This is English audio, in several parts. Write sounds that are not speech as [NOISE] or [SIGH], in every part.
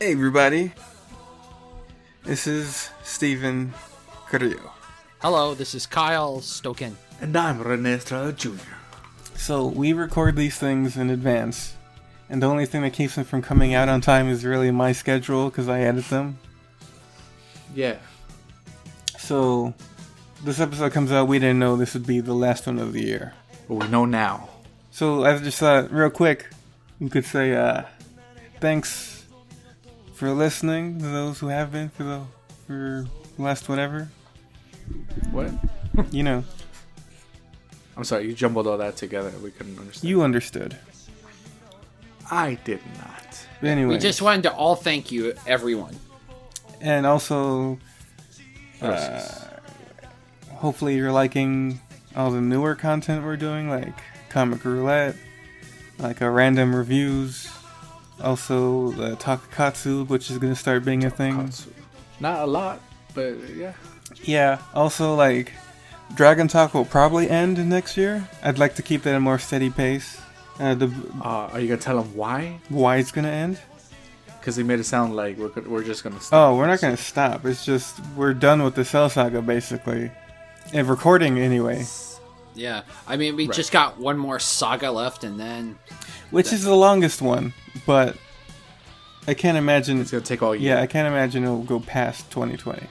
Hey everybody, this is Stephen Carrillo. Hello, this is Kyle Stoken. And I'm Rene Estrada Jr. So we record these things in advance, and the only thing that keeps them from coming out on time is really my schedule because I edit them. Yeah. So this episode comes out, we didn't know this would be the last one of the year. But we know now. So I just thought, real quick, we could say uh, thanks for listening to those who have been for the for the last whatever. What? You know, I'm sorry, you jumbled all that together. We couldn't understand. you understood. I did not. But anyway, We just wanted to all thank you, everyone. and also Versus. hopefully you're liking all the newer content we're doing, like Comic Roulette, like our random reviews, also the Takakatsu, which is gonna start being a thing. not a lot, but yeah. Yeah. Also, like Dragon Talk will probably end next year. I'd like to keep that at a more steady pace. Uh, the Uh, are you gonna tell him why? why it's gonna end? Because he made it sound like we're go- we're just gonna. Stop. Oh, we're not gonna stop. It's just we're done with the Cell Saga basically, and recording anyway, Yeah, I mean, we Right. just got one more saga left, and then which is the longest one. But I can't imagine It's gonna take all year. Yeah, I can't imagine it'll go past 2020.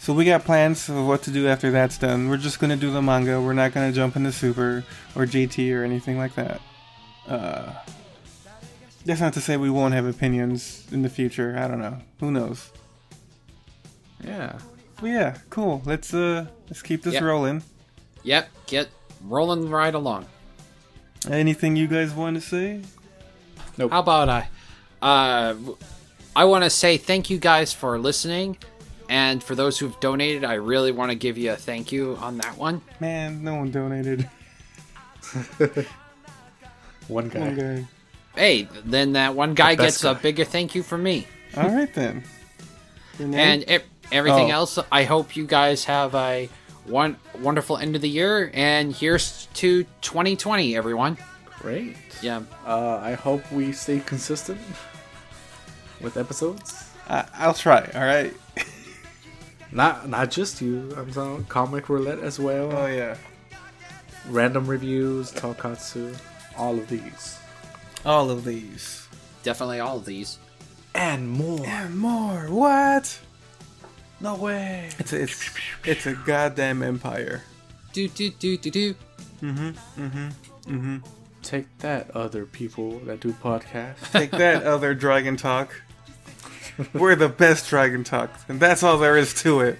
So we got plans of what to do after that's done. We're just gonna do the manga. We're not gonna jump into Super or GT or anything like that. Uh, that's not to say we won't have opinions in the future. I don't know. Who knows? Yeah. But yeah, cool. Let's uh, let's keep this Yeah. rolling. yep, get rolling right along. Anything you guys want to say? How about I? Uh, I want to say thank you guys for listening, and for those who've donated, I really want to give you a thank you on that one. Man, no one donated. One guy. One guy. Hey, then that one guy best gets a guy. bigger thank you from me, All right then. Your name? and e everything Oh. else. I hope you guys have a one wonderful end of the year, and here's to 2020, everyone. Great. Yeah. Uh, I hope we stay consistent with episodes. I- I'll try. All right. Not not just you. I'm talking comic roulette as well. Oh yeah. Random reviews, Tokatsu, all of these All of these. definitely all of these. and more. And more. What? No way. It's a, it's, it's a goddamn empire. Do do do do do. Take that, other people that do [LAUGHS] podcasts. Take that, other Dragon Talk. We're the best Dragon Talk, and that's all there is to it.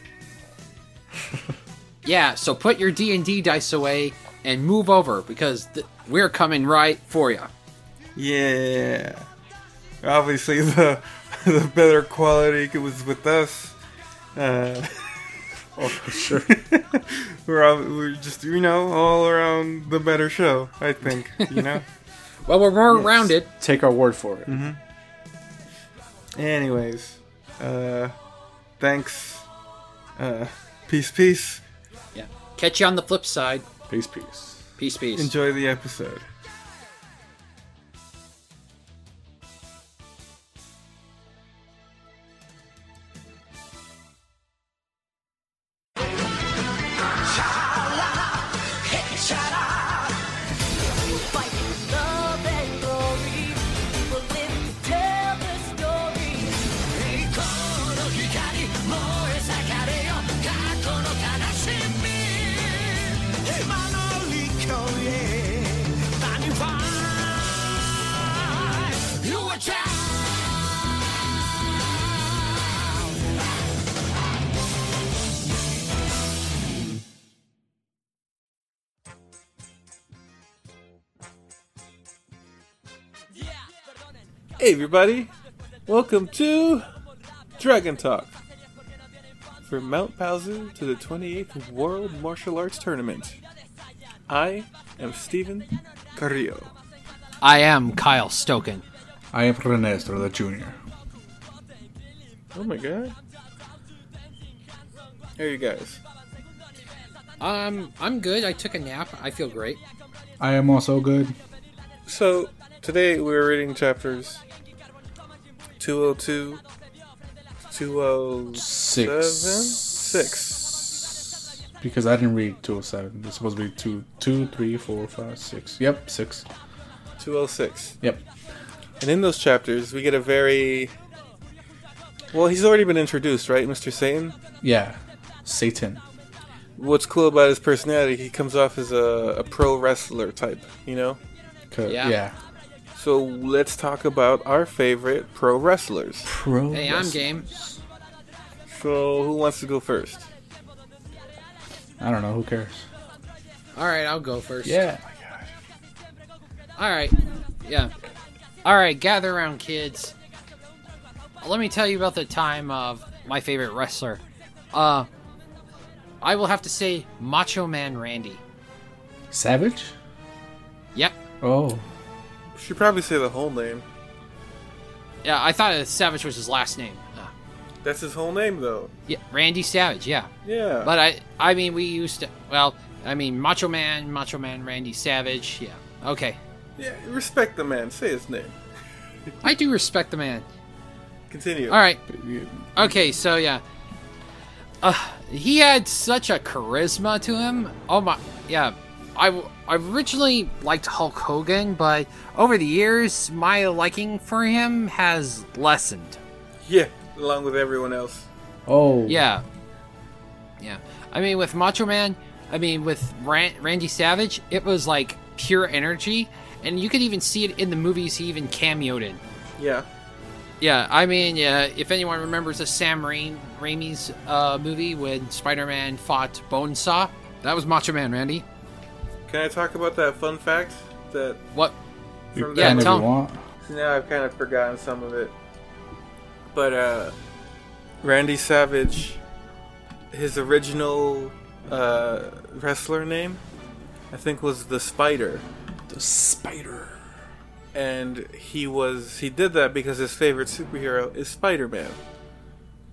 Yeah, so put your D and D dice away and move over because th- we're coming right for you. Yeah. Obviously, [LAUGHS] the the better quality it was with us. Uh, oh, for sure. [LAUGHS] we're all, we're just you know all around the better show. I think you [LAUGHS] know. Well, we're more rounded. Take our word for it. Anyways, uh, thanks. Uh, peace, peace. Yeah. Catch you on the flip side. Peace, peace. Peace, peace. Enjoy the episode. Hey, everybody! Welcome to Dragon Talk. From Mount Paozu to the 28th World Martial Arts Tournament. I am Stephen Carrillo. I am Kyle Stoken. I am Rene Estrada Jr. Oh my god. How are you guys? Um, I'm good. I took a nap. I feel great. I am also good. So today we're reading chapters 202, 207, Six. Six. Because I didn't read 207. It's supposed to be two, two, three, four, five, six. Yep, 6. 206. Yep. And in those chapters, we get a very well. He's already been introduced, right, Mr. Satan. Yeah. Satan. What's cool about his personality? He comes off as a, a pro wrestler type, you know. 'Cause- Yeah. yeah. So let's talk about our favorite pro wrestlers. Pro. Hey, I'm game. So who wants to go first? I don't know. Who cares? Oh All right, I'll go first. Yeah. All right. Yeah. All right, gather around, kids. Let me tell you about the time of my favorite wrestler. Uh, I will have to say Macho Man Randy. Savage? Yep. Oh. Should probably say the whole name. Yeah, I thought Savage was his last name. Uh, That's his whole name, though. yeah, Randy Savage. Yeah. Yeah. But I, I mean, we used to. Well, I mean, Macho Man, Macho Man Randy Savage. Yeah. Okay. yeah. Respect the man. Say his name. I do respect the man. Continue. All right. Okay, so yeah. Uh, he had such a charisma to him. Oh my, yeah. I, w- I originally liked Hulk Hogan, but over the years, my liking for him has lessened. Yeah. Along with everyone else. Oh. Yeah. Yeah. I mean, with Macho Man, I mean, with Ran- Randy Savage, it was like pure energy, and you could even see it in the movies he even cameoed in. Yeah. Yeah, I mean, yeah, if anyone remembers the Sam Raim- Raimi's uh, movie when Spider-Man fought Bonesaw, that was Macho Man Randy. Can I talk about that fun fact that What? from Yeah, that Whenever tell- you want. So now I've kind of forgotten some of it. But uh, Randy Savage, his original uh, wrestler name, I think was the Spider, The spider. and he was he did that because his favorite superhero is Spider Man.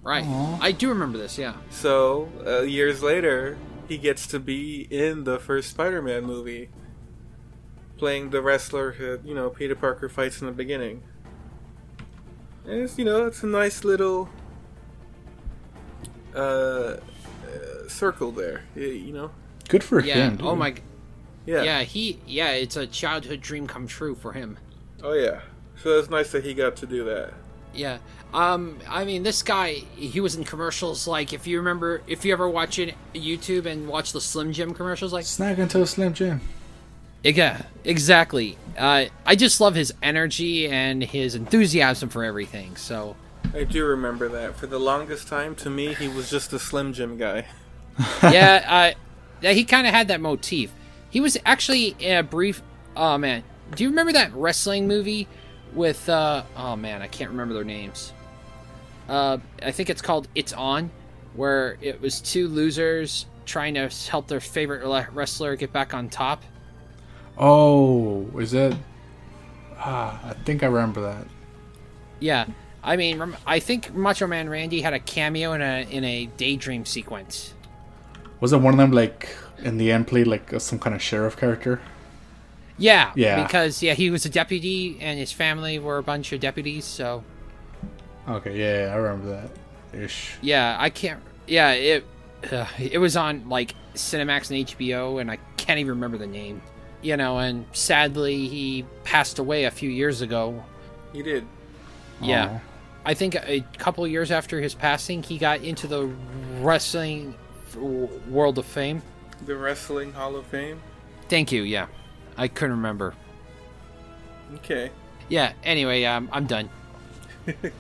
Right. Aw. I do remember this. Yeah. So uh, years later, he gets to be in the first Spider Man movie, playing the wrestler who you know Peter Parker fights in the beginning. And it's you know it's a nice little uh, uh circle there, y- you know. Good for Yeah. him. oh dude. my. g- Yeah. Yeah. He. Yeah. It's a childhood dream come true for him. Oh yeah. So it's nice that he got to do that. Yeah. Um. I mean, this guy. He was in commercials. Like, if you remember, if you ever watch it YouTube and watch the Slim Jim commercials, like. Snag into a Slim Jim. Yeah. Exactly. Uh, I just love his energy and his enthusiasm for everything. So. I do remember that. For the longest time, to me, he was just a Slim Jim guy. [LAUGHS] yeah, uh, yeah, he kind of had that motif. He was actually in a brief. Oh man, do you remember that wrestling movie with? Uh, oh man, I can't remember their names. Uh, I think it's called It's On, where it was two losers trying to help their favorite le- wrestler get back on top. Oh, is that? Ah, I think I remember that. Yeah, I mean, rem- I think Macho Man Randy had a cameo in a in a daydream sequence. Was it one of them like in the end played like some kind of sheriff character? Yeah, Yeah. because yeah, he was a deputy and his family were a bunch of deputies, so. Okay, yeah, yeah, I remember that. Ish. Yeah, I can't. Yeah, it uh, it was on like Cinemax and HBO, and I can't even remember the name. You know, and sadly he passed away a few years ago. He did. Yeah, I think a couple of years after his passing, he got into the wrestling f- world of fame. The Wrestling Hall of Fame. Thank you. Yeah, I couldn't remember. Okay. Yeah. Anyway, um, I'm done.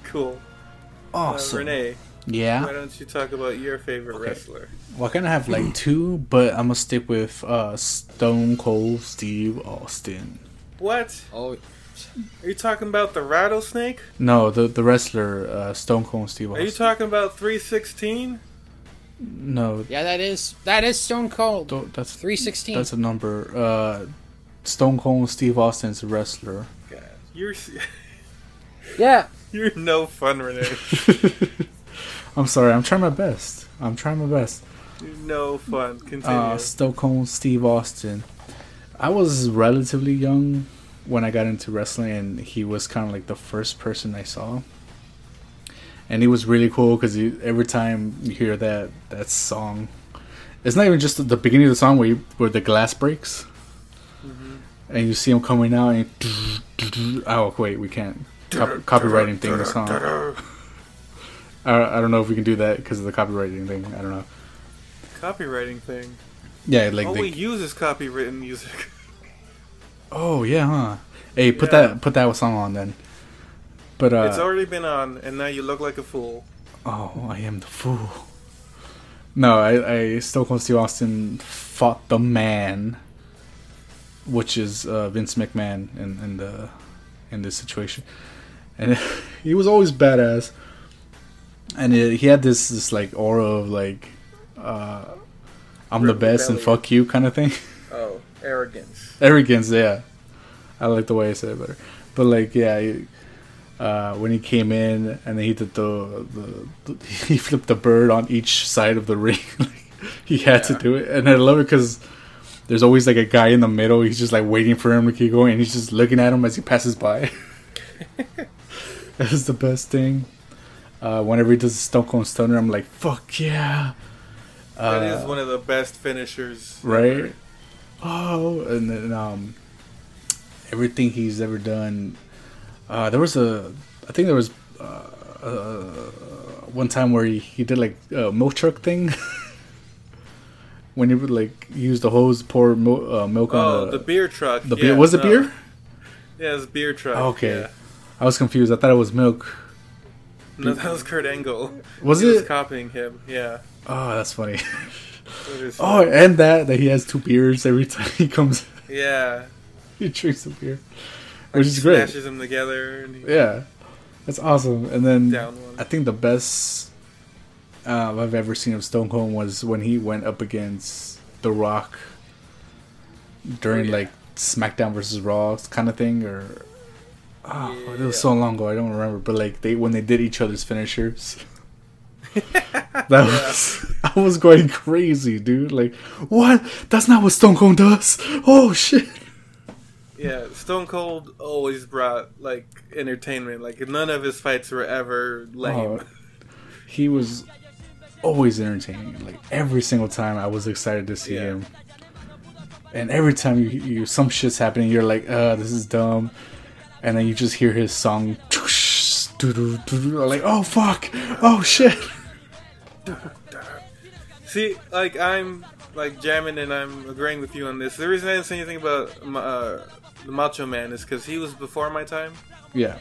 cool. Uh, Awesome. Renee, why Yeah. don't you talk about your favorite wrestler? Well, I kind of [CLEARS THROAT] have like two, but I'm gonna stick with uh Stone Cold Steve Austin. What? Oh, Are you talking about the rattlesnake? No, the the wrestler uh, Stone Cold Steve Are Austin. you talking about 316? no, yeah. That is that is Stone Cold. don't- that's Three sixteen. that's a number. Uh, Stone Cold Steve Austin's a wrestler. God, you're Yeah. [LAUGHS] you're no fun, Renee. I'm sorry. I'm trying my best. I'm trying my best. You're no fun. Continue. uh, Stockholm Steve Austin. I was relatively young when I got into wrestling, and he was kind of like the first person I saw. And he was really cool because every time you hear that that song, it's not even just the, the beginning of the song where you, where the glass breaks, and you see him coming out and [LAUGHS] oh wait, we can't cop- copywriting thing the song. I, I don't know if we can do that because of the copywriting thing. I don't know. Copywriting thing. Yeah, like All they- we use is copywritten music. Oh yeah, huh? Hey, put Yeah. that put that song on then. But uh, it's already been on, and now you look like a fool. oh, I am the fool. No, I, I still close to Austin fought the man, which is uh, Vince McMahon in in the in this situation, and [LAUGHS] he was always badass, and it, he had this this like aura of like, uh, I'm the best and Rebellion. fuck you kind of thing. [LAUGHS] Oh, arrogance. arrogance yeah i like the way i said it better but like yeah he- uh, when he came in and then he did the, the, [LAUGHS] the he flipped the bird on each side of the ring [LAUGHS] like, he had to Yeah. do it and i love it because there's always like a guy in the middle he's just like waiting for him to keep going and he's just looking at him as he passes by [LAUGHS] that is the best thing uh, whenever he does the stone cold stunner i'm like fuck yeah That is uh, one of the best finishers. right? Oh, and then um, everything he's ever done. Uh, there was a, I think there was uh, uh, one time where he, he did like a milk truck thing. [LAUGHS] when he would like use the hose, pour mo- uh, milk Oh, on the the, beer truck. the beer. Yeah, Was no. it beer? Oh, Yeah, it's beer truck. Okay, yeah. I was confused. I thought it was milk. No, that was Kurt Angle. Was he was it? copying him? Yeah. Oh, that's funny. [LAUGHS] It was- oh, and that that he has two beers every [LAUGHS] time he comes. yeah. he drinks a beer, which is great. Smashes them together and he Yeah, that's awesome. And then down one. I think the best uh, I've ever seen of Stone Cold was when he went up against The Rock during Oh, yeah. like SmackDown versus Raw kind of thing, or oh, it Yeah. was so long ago I don't remember. But like they when they did each other's finishers. [LAUGHS] that was I was going crazy, dude. Like, what? That's not what Stone Cold does. Oh shit. Yeah, Stone Cold always brought like entertainment. Like none of his fights were ever lame. Oh, he was always entertaining. Like every single time, I was excited to see Yeah. him. And every time you, you some shit's happening, you're like, "Uh, this is dumb," and then you just hear his song, like, "Oh fuck, oh shit." [LAUGHS] See, like I'm like jamming and I'm agreeing with you on this. The reason I didn't say anything about um, uh, the Macho Man is because he was before my time. Yeah,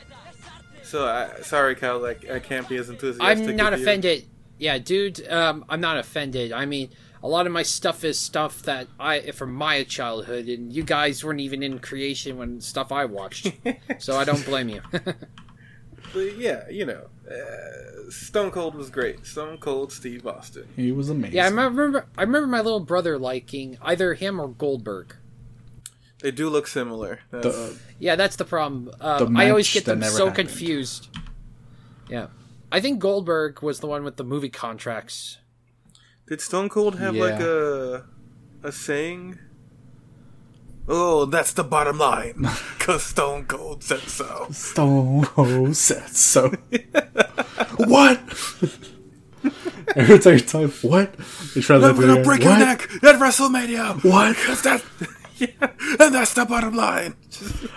So I, sorry, Kyle. Like I can't be as enthusiastic. I'm not with you. offended. Yeah, dude, um, I'm not offended. I mean, a lot of my stuff is stuff that I from my childhood, and you guys weren't even in creation when stuff I [LAUGHS] watched, so I don't blame you. But yeah, you know, uh, Stone Cold was great. Stone Cold Steve Austin. he was amazing. yeah, I remember. I remember my little brother liking either him or Goldberg. They do look similar. That's, The- Yeah, that's the problem. The Um, I always match get that them never so happened. confused. Yeah, I think Goldberg was the one with the movie contracts. Did Stone Cold have like Yeah. a a saying? Oh, that's the bottom line. [LAUGHS] Cause Stone Cold said so. Stone Cold said so. [LAUGHS] what? [LAUGHS] Every time you talk, what? They try to I'm do it gonna again. break your what? neck at WrestleMania. What? Cause that, [LAUGHS] yeah, and that's the bottom line.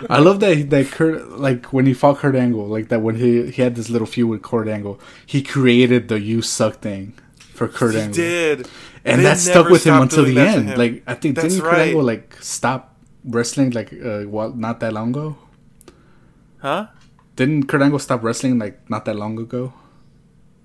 I love that that Kurt like when he fought Kurt Angle, like that when he he had this little feud with Kurt Angle, he created the "you suck" thing for Kurt He Angle, did, and They that stuck never with him stopped until doing the that to end. him. Like I think That's didn't Kurt right. Angle like stop wrestling like uh, what not that long ago? huh? Didn't Kurt Angle stop wrestling like not that long ago?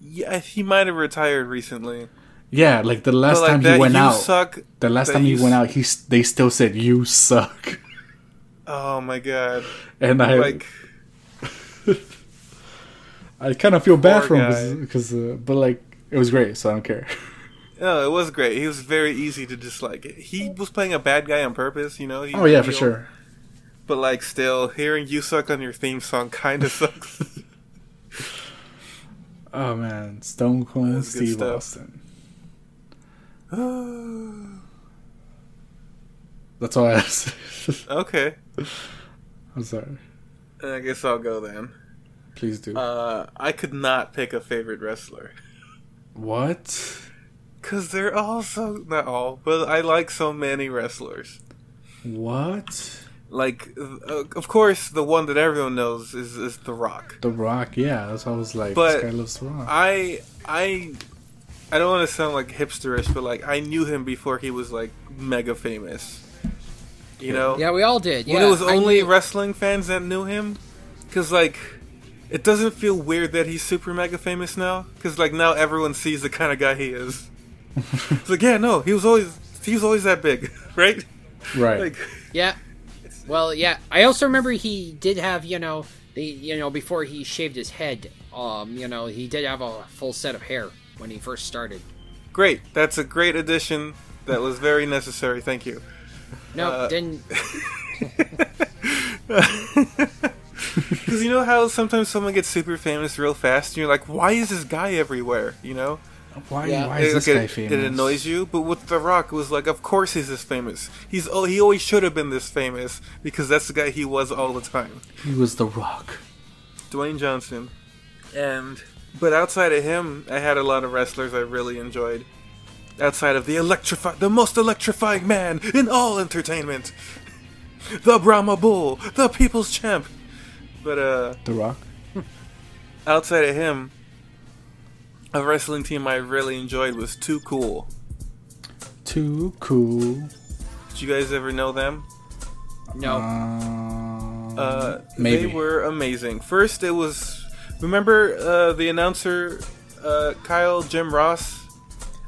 Yeah, he might have retired recently. Yeah, like the last But like time that, he went you out, suck. the last that time he you went s- out, he s- they still said "you suck," [LAUGHS] Oh my god! and I Like, I kind of feel bad Poor for him because uh, but like it was great, so I don't care. no, it was great. He was very easy to dislike. He was playing a bad guy on purpose, you know. He oh was yeah, for heel. sure. But like, still, hearing you suck on your theme song kind of sucks. Oh man, Stone Cold That's good Steve stuff. Austin. oh That's all I [LAUGHS] asked. Okay. I'm sorry. I guess I'll go then. Please do. Uh, I could not pick a favorite wrestler. what? Because they're all so. Not all, but I like so many wrestlers. What? Like, uh, of course, the one that everyone knows is, is The Rock. The Rock, yeah. That's why I was like, But this guy loves The Rock. I. I. I don't want to sound like hipsterish, but like I knew him before he was like mega famous. You know, Yeah, we all did. Yeah, when it was I only knew- wrestling fans that knew him because like it doesn't feel weird that he's super mega famous now because like now everyone sees the kind of guy he [LAUGHS] is it's like yeah no he was always he was always that big [LAUGHS] right right. like Yeah. Well, yeah. I also remember he did have, you know, the you know before he shaved his head, um, you know, he did have a full set of hair when he first started. great that's a great addition that was very necessary thank you No, Uh, didn't. because you know how sometimes someone gets super famous real fast and you're like why is this guy everywhere you know why, yeah. why is this Like, guy it, famous? it annoys you, but with The Rock, it was like, of course he's this famous. He's oh, he always should have been this famous because that's the guy he was all the time. He was The Rock. Dwayne Johnson, and but outside of him, I had a lot of wrestlers I really enjoyed. Outside of the electrify, the most electrifying man in all entertainment, [LAUGHS] the Brahma Bull, the People's Champ. But uh, The Rock? outside of him, a wrestling team I really enjoyed was Too Cool. Too cool. Did you guys ever know them? No. Um, Oh. Uh, Maybe. They were amazing. First, it was remember uh, the announcer uh, Kyle Jim Ross.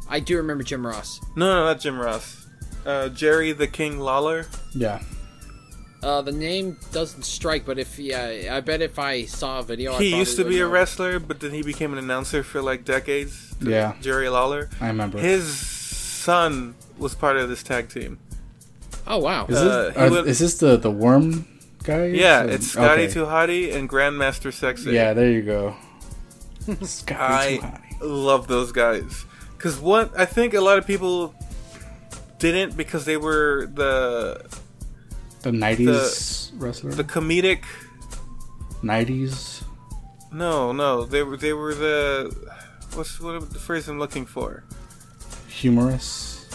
I do remember Jim Ross. No, no, not Jim Ross. Uh, Jerry the King Lawler. yeah. Uh, the name doesn't strike, but if yeah, I bet if I saw a video, Oh, I he probably used to would be a know. wrestler, but then he became an announcer for like decades. Yeah. Jerry Lawler. I remember. His son was part of this tag team. Oh wow. is, uh, this, he are- would- is this the, the worm guy? Yeah, Or- it's Scotty okay. Tuhati and Grandmaster Sexy. Yeah, there [LAUGHS] you go. I Scotty Tuhati. love those guys because one I think a lot of people didn't because they were the The 90s wrestler? the comedic 90s? no no they were they were the what's what the phrase i'm looking for Humorous?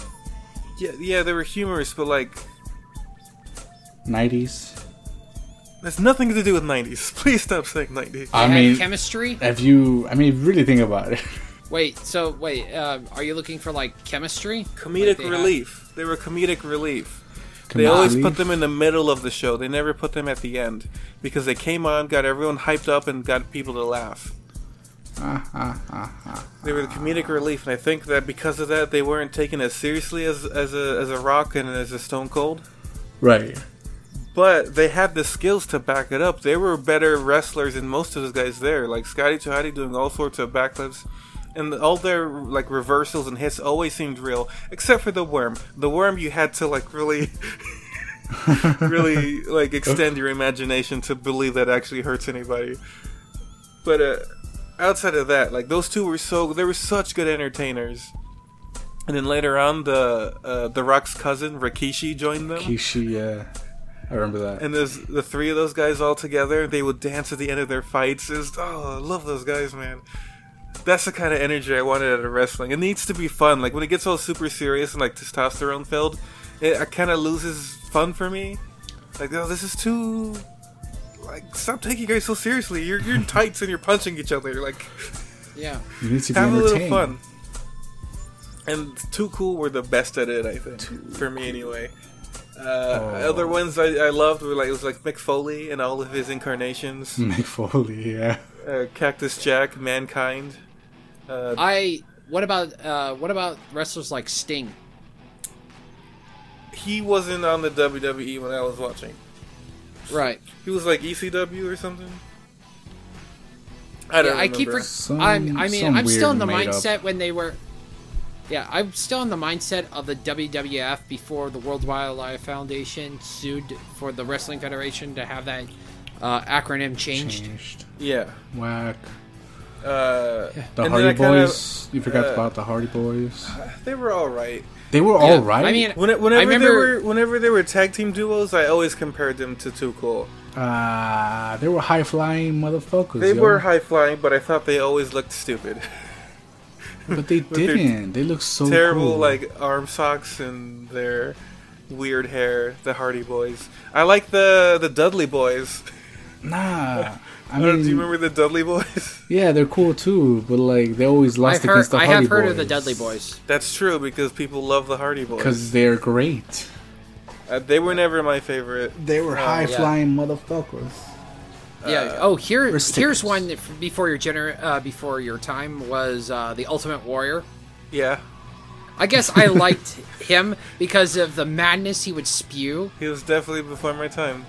yeah yeah they were humorous but like 90s? that's nothing to do with 90s [LAUGHS] please stop saying 90s They I had mean, chemistry. have you. I mean, really think about it. [LAUGHS] Wait, so wait, uh, are you looking for like chemistry? comedic Like they had- relief they were comedic relief they always put them in the middle of the show they never put them at the end because they came on got everyone hyped up and got people to laugh Ah, ah, ah, ah. they were the comedic relief and i think that because of that they weren't taken as seriously as, as a as a rock and as a stone cold Right. But they had the skills to back it up. They were better wrestlers than most of those guys there. Like Scotty Tuhati doing all sorts of backflips, and all their like reversals and hits always seemed real, except for the worm. The worm you had to like really, [LAUGHS] really like extend your imagination to believe that actually hurts anybody. But uh, outside of that, like those two were so they were such good entertainers. And then later on, the uh, the Rock's cousin Rikishi joined them Kishi, yeah. I remember that. and there's the three of those guys all together. They would dance at the end of their fights. Is oh, I love those guys, man. That's the kind of energy I wanted out of wrestling. It needs to be fun. Like when it gets all super serious and like testosterone filled, it, it kind of loses fun for me. Like oh, this is too. Like stop taking guys so seriously. You're you're in tights and you're punching each other. Like Yeah. You need to be have a little fun. entertained. And Too Cool were the best at it, I think, for me anyway. Oh. Uh, Other ones I, I loved were like it was like Mick Foley and all of his incarnations, [LAUGHS] Mick Foley, yeah. uh, Cactus Jack, Mankind. Uh, I. What about uh, what about wrestlers like Sting? he wasn't on the WWE when I was watching. Right. He was like ECW or something. I don't. Yeah, I keep. remember. Re- Some- I'm. I mean, some I'm still in the weird made-up- mindset when they were. Yeah, I'm still in the mindset of the WWF before the World Wildlife Foundation sued for the Wrestling Federation to have that uh, acronym changed. Changed. yeah. Whack. Uh, The and then Hardy I kinda- Boys. you forgot uh, about the Hardy Boys. They were all right. They were Yeah, all right. I mean, When, I whenever remember- they were whenever they were tag team duos, I always compared them to Too Cool. uh, they were high flying motherfuckers. They yo. were high flying, but I thought they always looked stupid. [LAUGHS] but they their didn't. They looked [LAUGHS] so Terrible cool. like arm socks and their weird hair. The Hardy Boys. I like the the Dudley Boys. [LAUGHS] nah. I I don't know, do you mean, remember the Dudley Boys? [LAUGHS] yeah, they're cool too, but like they always lost I've against heard, the I Hardy have heard Boys. of the Dudley Boys. That's true because people love the Hardy Boys. because they're great. Uh, they were never my favorite. They were high high-flying motherfuckers. Uh, yeah. Oh, here, Or stickers. here's one that f- before your gener- uh, before your time was uh, the Ultimate Warrior. Yeah, I guess [LAUGHS] I liked him because of the madness he would spew. he was definitely before my time.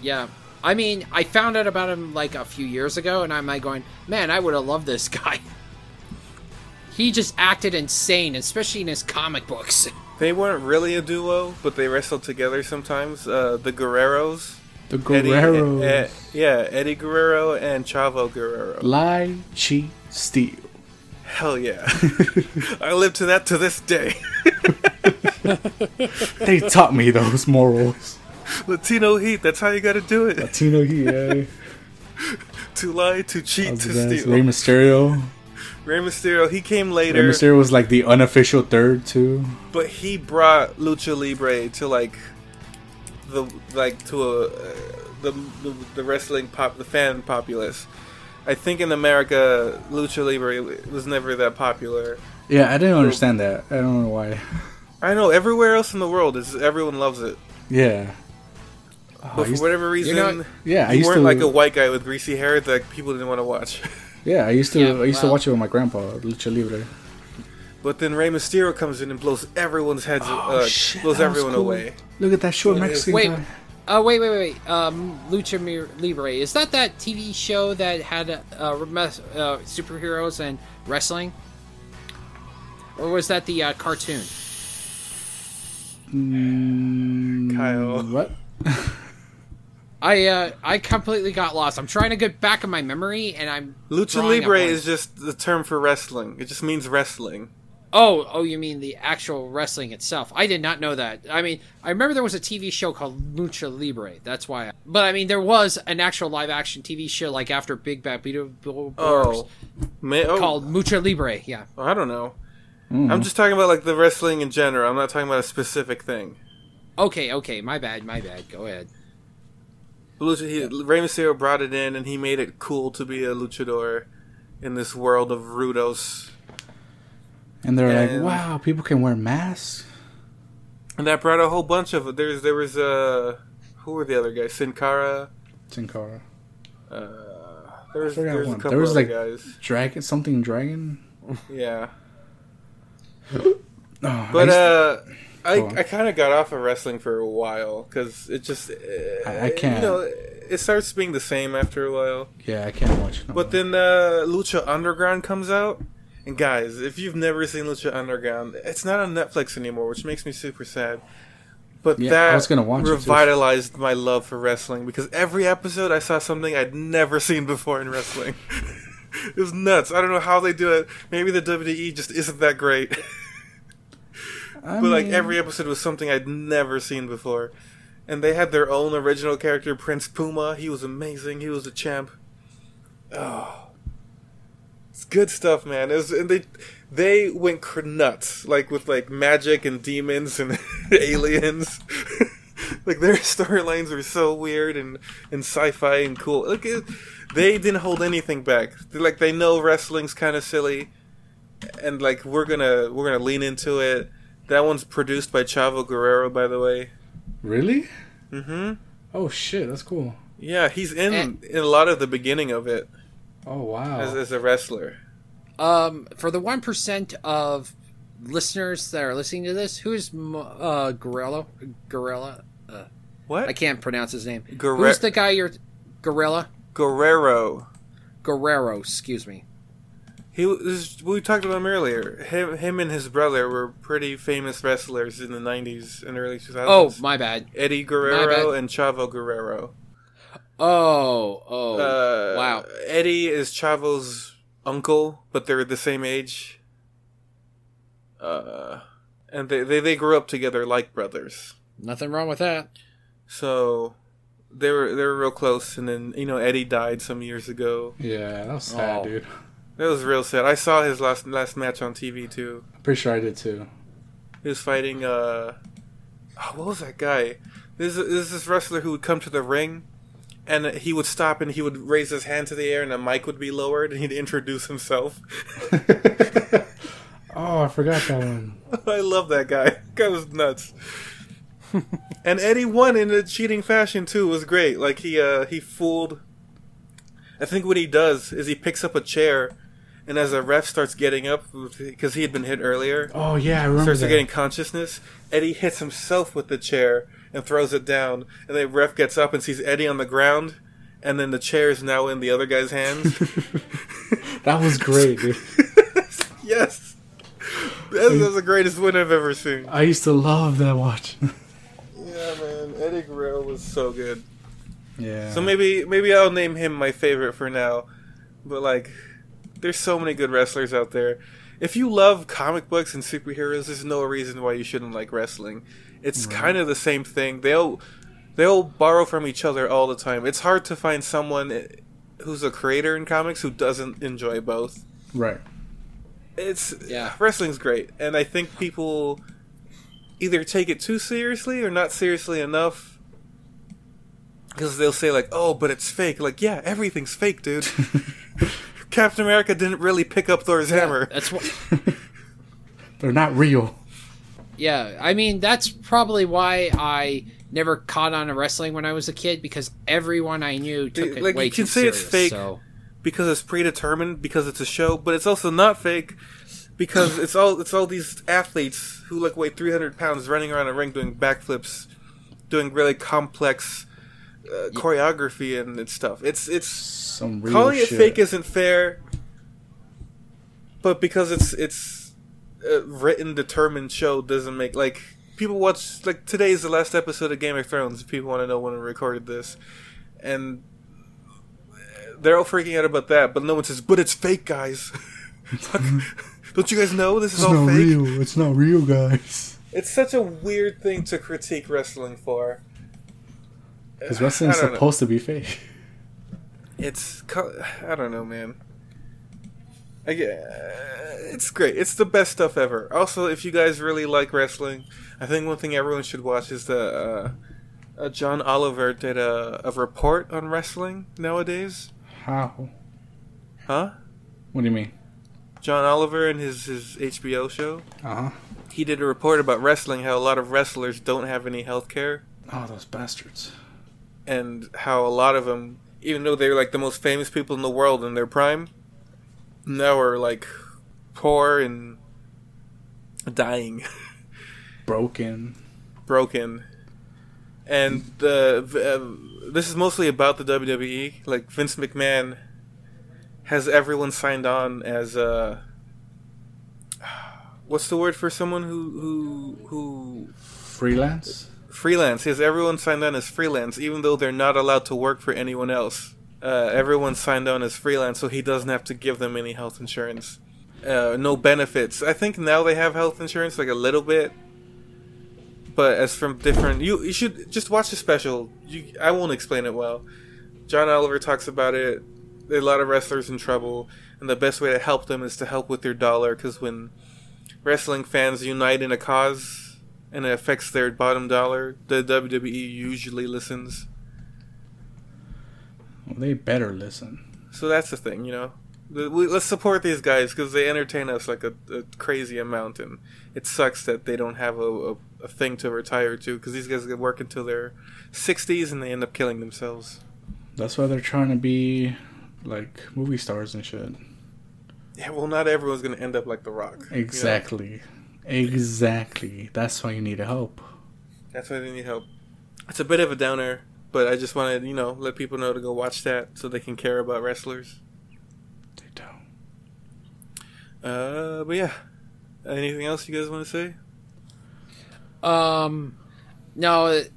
Yeah. I mean, I found out about him like a few years ago, and I'm like going, man, I would have loved this [LAUGHS] guy. He just acted insane, especially in his comic books. They weren't really a duo, but they wrestled together sometimes. Uh, the Guerreros. The Eddie- Guerreros. eh, eh, yeah, Eddie Guerrero and Chavo Guerrero. Lie, cheat, steal. Hell [LAUGHS] yeah. [LAUGHS] I live to that to this day. They taught me those morals. Latino heat, that's how you gotta do it. Tino eh? [LAUGHS] Hiei, [LAUGHS] To lie, to cheat, to steal. Rey Mysterio. Rey Mysterio, he came Rey later, Mysterio was like the unofficial third too. but he brought Lucha Libre to like the like to a uh, the, the the wrestling pop the fan populace. I think in America, Lucha Libre was never that popular. Yeah, I didn't understand that. I don't know why. I know everywhere else in the world is everyone loves it, Yeah. but for whatever reason, not- Oh, Yeah, I you used weren't to like a white guy with greasy hair that people didn't want to watch. [LAUGHS] Yeah, I used to Yeah, I used to wow. watch it with my grandpa, Lucha Libre. But then Rey Mysterio comes in and blows everyone's heads, uh, Oh, shit, blows that was everyone cool. away. Look at that short Mexican Wait. guy. Oh, wait, wait, wait, wait. Um, Lucha Mir- Libre. Is that that TV show that had uh, uh, mes- uh, superheroes and wrestling? Or was that the uh, cartoon? Kyle, Mm, What? I uh, I completely got lost. I'm trying to get back in my memory, and I'm Lucha drawing up Libre one. is just the term for wrestling. It just means wrestling. Oh, oh, you mean the actual wrestling itself? I did not know that. I mean, I remember there was a TV show called Lucha Libre. That's why. I, but I mean, there was an actual live-action TV show like after Big Bad Beetle Bill Oh, Ma- oh called Lucha Libre. Yeah. I don't know. Mm-hmm. I'm just talking about like the wrestling in general. I'm not talking about a specific thing. Okay, okay. My bad. My bad. Go ahead. Lucha, he, Rey Mysterio brought it in, and he made it cool to be a luchador in this world of rudos. And they're And- like, wow, people can wear masks. And that brought a whole bunch of there's there was uh who were the other guys? Sin Cara. Sin Cara. There was, forgot there was a one. couple There was, other like- guys. Dragon, something dragon. Yeah. Oh, But I, used uh, I Go on. I kind of got off of wrestling for a while because it just uh, I- I can't. You know, it starts being the same after a while. to- yeah, I can't watch. No But more. then uh, Lucha Underground comes out, and guys, if you've never seen Lucha Underground, it's not on Netflix anymore, which makes me super sad. But Yeah, I that was gonna watch it, too. revitalized my love for wrestling because every episode I saw something I'd never seen before in wrestling. [LAUGHS] it was nuts. I don't know how they do it. Maybe the WWE just isn't that great. [LAUGHS] I But like mean, every episode was something I'd never seen before. And they had their own original character, Prince Puma. He was amazing. He was a champ. Oh. It's good stuff, man. It was, and they they went cr- nuts, like with like magic and demons and [LAUGHS] aliens. [LAUGHS] like their storylines were so weird and and sci-fi and cool. Like it, they didn't hold anything back. Like they know wrestling's kind of silly and like we're gonna we're gonna lean into it. That one's produced by Chavo Guerrero, by the way. really? Mm-hmm. Oh shit, that's cool. Yeah, he's in And- in a lot of the beginning of it Oh wow. as, as a wrestler. Um, for the one percent of listeners that are listening to this, who is Mo- uh Gorilla? Gorilla? What? I can't pronounce his name. Guerre- Who's the guy you're? Gorilla. Guerrero. Guerrero, excuse me. He was. We talked about him earlier. Him, him and his brother were pretty famous wrestlers in the '90s and early 2000s. Oh, my bad. Eddie My Guerrero bad. and Chavo Guerrero. Oh, oh, Uh, wow. Eddie is Chavo's uncle, but they're the same age. Uh, and they, they they grew up together like brothers. Nothing wrong with that. So they were they were real close. And then you know Eddie died some years ago. Yeah, that was sad, Oh. dude. That was real sad. I saw his last last match on TV too. I'm pretty sure I did too. [LAUGHS] He was fighting uh, oh, what was that guy? This this this wrestler who would come to the ring, and he would stop and he would raise his hand to the air and the mic would be lowered and he'd introduce himself. [LAUGHS] oh, I forgot that one. I love that guy. [LAUGHS] That guy was [LAUGHS] nuts. and Eddie won in a cheating fashion too. It was great. Like he uh he fooled. I think what he does is he picks up a chair, and as the ref starts getting up because he had been hit earlier, Oh yeah, I remember starts that. [LAUGHS] getting consciousness. Eddie hits himself with the chair and throws it down, and the ref gets up and sees Eddie on the ground, and then the chair is now in the other guy's [LAUGHS] hands. [LAUGHS] that was great, dude. yes, that's, that's the greatest win I've ever seen. I used to love [LAUGHS] that watch. Yeah, man, Eddie Guerrero was so good. yeah. So maybe maybe I'll name him my favorite for now. But like there's so many good wrestlers out there. If you love comic books and superheroes, there's no reason why you shouldn't like wrestling. It's kind of the same thing. They'll they'll borrow from each other all the time. It's hard to find someone eh, who's a creator in comics who doesn't enjoy both. right. It's Yeah. wrestling's great and I think people either take it too seriously or not seriously enough because they'll say like, "Oh, but it's fake." Like, yeah, everything's fake, dude. Captain America didn't really pick up Thor's hammer. That's what. They're not real. Yeah, I mean that's probably why I never caught on to wrestling when I was a kid because everyone I knew took it Like, you way can too say it's fake. serious, So because it's predetermined, because it's a show, but it's also not fake because it's all it's all these athletes who like weigh 300 pounds running around a ring doing backflips, doing really complex uh, choreography and, and stuff. It's it's Some real calling shit. it fake isn't fair but because it's it's a written determined show doesn't make like people watch like today is the last episode of game of thrones if people want to know when we recorded this and they're all freaking out about that but no one says but it's fake guys [LAUGHS] don't you guys know this is Mm-hmm. It's all not fake real. It's not real, guys. it's such a weird thing to critique wrestling for Because wrestling's I don't know. supposed to be fake. It's co- I don't know, man. I get, uh, it's great. It's the best stuff ever. Also, if you guys really like wrestling, I think one thing everyone should watch is the uh, uh, John Oliver did a, a report on wrestling nowadays, How? huh? What do you mean? John Oliver and his his HBO show. Uh huh. He did a report about wrestling, how a lot of wrestlers don't have any health care. Oh, those bastards. and how a lot of them, even though they're like the most famous people in the world in their prime, now are like poor and dying, [LAUGHS] Broken. broken. And the uh, this is mostly about the WWE. Like Vince McMahon has everyone signed on as uh, [SIGHS] what's the word for someone who who who Freelance? freelance. He has everyone signed on as freelance, even though they're not allowed to work for anyone else. Uh, everyone's signed on as freelance, so he doesn't have to give them any health insurance. Uh, no benefits. I think now they have health insurance, like a little bit. But as from different, you you should just watch the special. You, I won't explain it well. John Oliver talks about it. There are a lot of wrestlers in trouble, and the best way to help them is to help with their dollar. Because when wrestling fans unite in a cause, and it affects their bottom dollar, the WWE usually listens. Well, they better listen. So that's the thing, you know. The- we- Let's support these guys because they entertain us like a, a crazy amount, and it sucks that they don't have a, a, a thing to retire to because these guys could work until their 60s and they end up killing themselves. That's why they're trying to be like movie stars and shit. Yeah, well, not everyone's going to end up like The Rock. you know? Exactly. Exactly. That's why you need help. That's why they need help. It's a bit of a downer, but I just want to, you know, let people know to go watch that so they can care about wrestlers. They don't. Uh, but yeah. Anything else you guys want to say? um, no, it-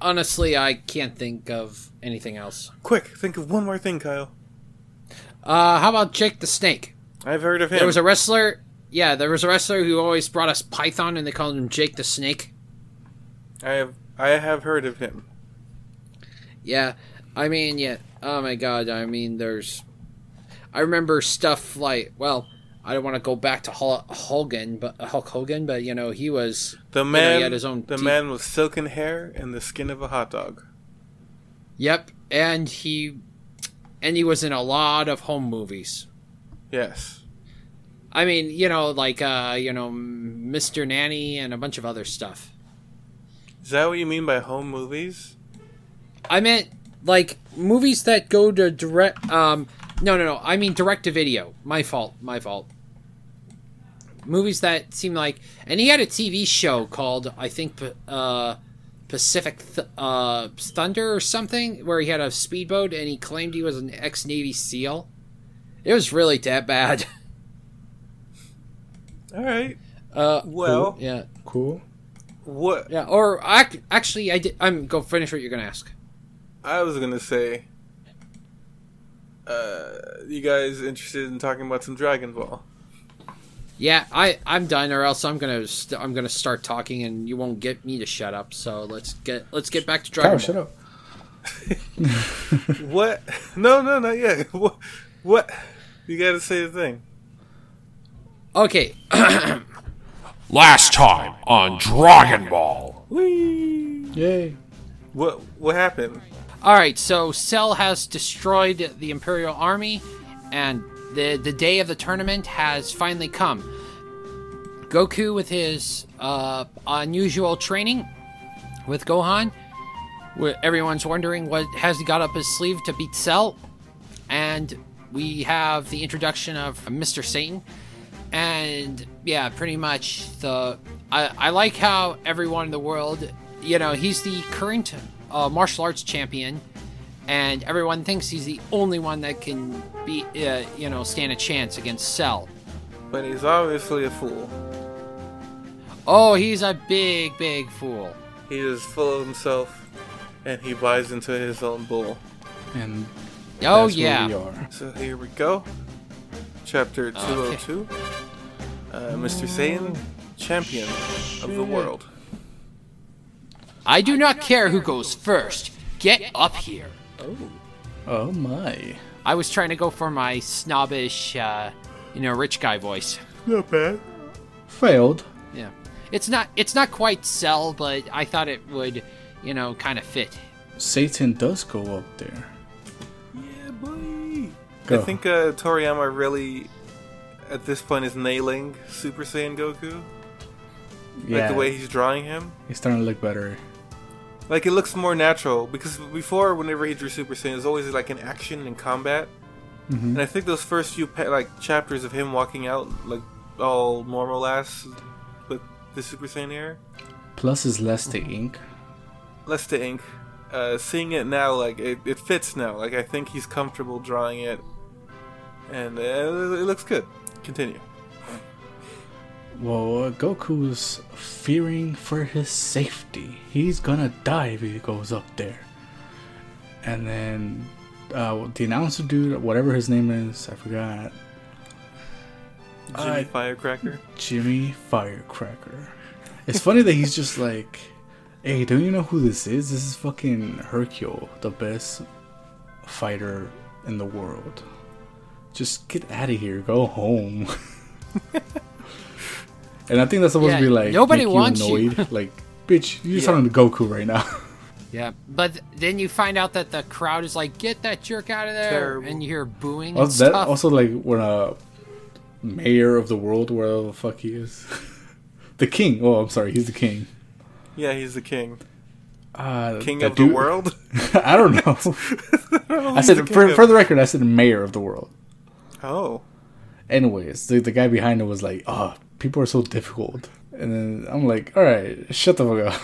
honestly, I can't think of anything else. Quick, think of one more thing, Kyle. Uh, how about Jake the Snake? I've heard of him. There was a wrestler. Yeah, there was a wrestler who always brought us Python, and they called him Jake the Snake. I have I have heard of him. Yeah, I mean, yeah. Oh my god, I mean, there's. I remember stuff like well, I don't want to go back to Hul- Hogan, but uh, Hulk Hogan, but you know he was The know, he man, had his own the teeth. man with silken hair and the skin of a hot dog. Yep, and he and he was in a lot of home movies. Yes, I mean, you know, like uh, you know, Mr. Nanny and a bunch of other stuff. is that what you mean by home movies? I meant like movies that go to direct um no, no, no. I mean direct to video. My fault. My fault. Movies that seem like and he had a TV show called I think P- uh Pacific Th- uh Thunder or something where he had a speedboat and he claimed he was an ex-Navy SEAL. It was really that bad. [LAUGHS] All right. Uh Well, yeah. Cool. what Yeah, or ac- actually, I did. I'm go finish what you're gonna ask. I was gonna say, uh, you guys interested in talking about some Dragon Ball? Yeah, I I'm done, or else I'm gonna st- I'm gonna start talking, and you won't get me to shut up. So let's get let's get back to Dragon Kyle, Ball. shut up. What? [LAUGHS] No, no, not yet. [LAUGHS] What? What? You gotta say the thing. Okay, Last time on Dragon Ball. Yay. What? What happened? all right. So Cell has destroyed the Imperial Army, and the the day of the tournament has finally come. Goku, with his uh, unusual training with Gohan, where everyone's wondering what has he got up his sleeve to beat Cell, and we have the introduction of Mr. Satan, and yeah, pretty much the. I, I like how everyone in the world, you know, he's the current uh, martial arts champion, and everyone thinks he's the only one that can be, uh, you know, stand a chance against Cell. But he's obviously a fool. Oh, he's a big, big fool. Oh, He is full of himself, and he buys into his own bull. And Oh that's where we yeah. are. So here we go. Chapter 202. Uh, Mr. Saiyan, champion of the world. I do not care who goes first. Get up here. Oh my. I was trying to go for my snobbish, uh, you know, rich guy voice. Not bad. Failed. Yeah, it's not it's not quite sell, but I thought it would, you know, kind of fit. Satan does go up there. Yeah, boy. Go. I think uh, Toriyama really, at this point, is nailing Super Saiyan Goku. yeah, Like the way he's drawing him. he's starting to look better. Like it looks more natural because before, whenever he drew Super Saiyan, it was always like in action and combat. And I think those first few pa- like chapters of him walking out like all normal ass, but the Super Saiyan era. Plus his less to ink. less to ink. Uh, seeing it now, like it, it fits now. Like I think he's comfortable drawing it, and uh, it looks good. Continue. Well, Goku's fearing for his safety. He's gonna die if he goes up there. And then uh, the announcer dude, whatever his name is, I forgot, Jimmy I- Firecracker. Jimmy Firecracker. It's funny that he's just like, hey, don't you know who this is? This is fucking Hercule, the best fighter in the world. Just get out of here, go home. [LAUGHS] and I think that's supposed Yeah, to be like nobody make wants you. annoyed. like, bitch, you're sounding to Goku right now. [LAUGHS] Yeah, but then you find out that the crowd is like, "Get that jerk out of there!" Terrible. and you hear booing and also, that stuff. also like when a mayor of the world, wherever the fuck he is, [LAUGHS] the king. Oh, I'm sorry, he's the king. Yeah, he's the king. Uh, King that of the dude- world. [LAUGHS] I don't know. I He's the said king for, of- for the record, I said mayor of the world. Oh, Anyways, the, the guy behind him was like, "Ah, people are so difficult," and then I'm like, "All right, shut the fuck up." [LAUGHS]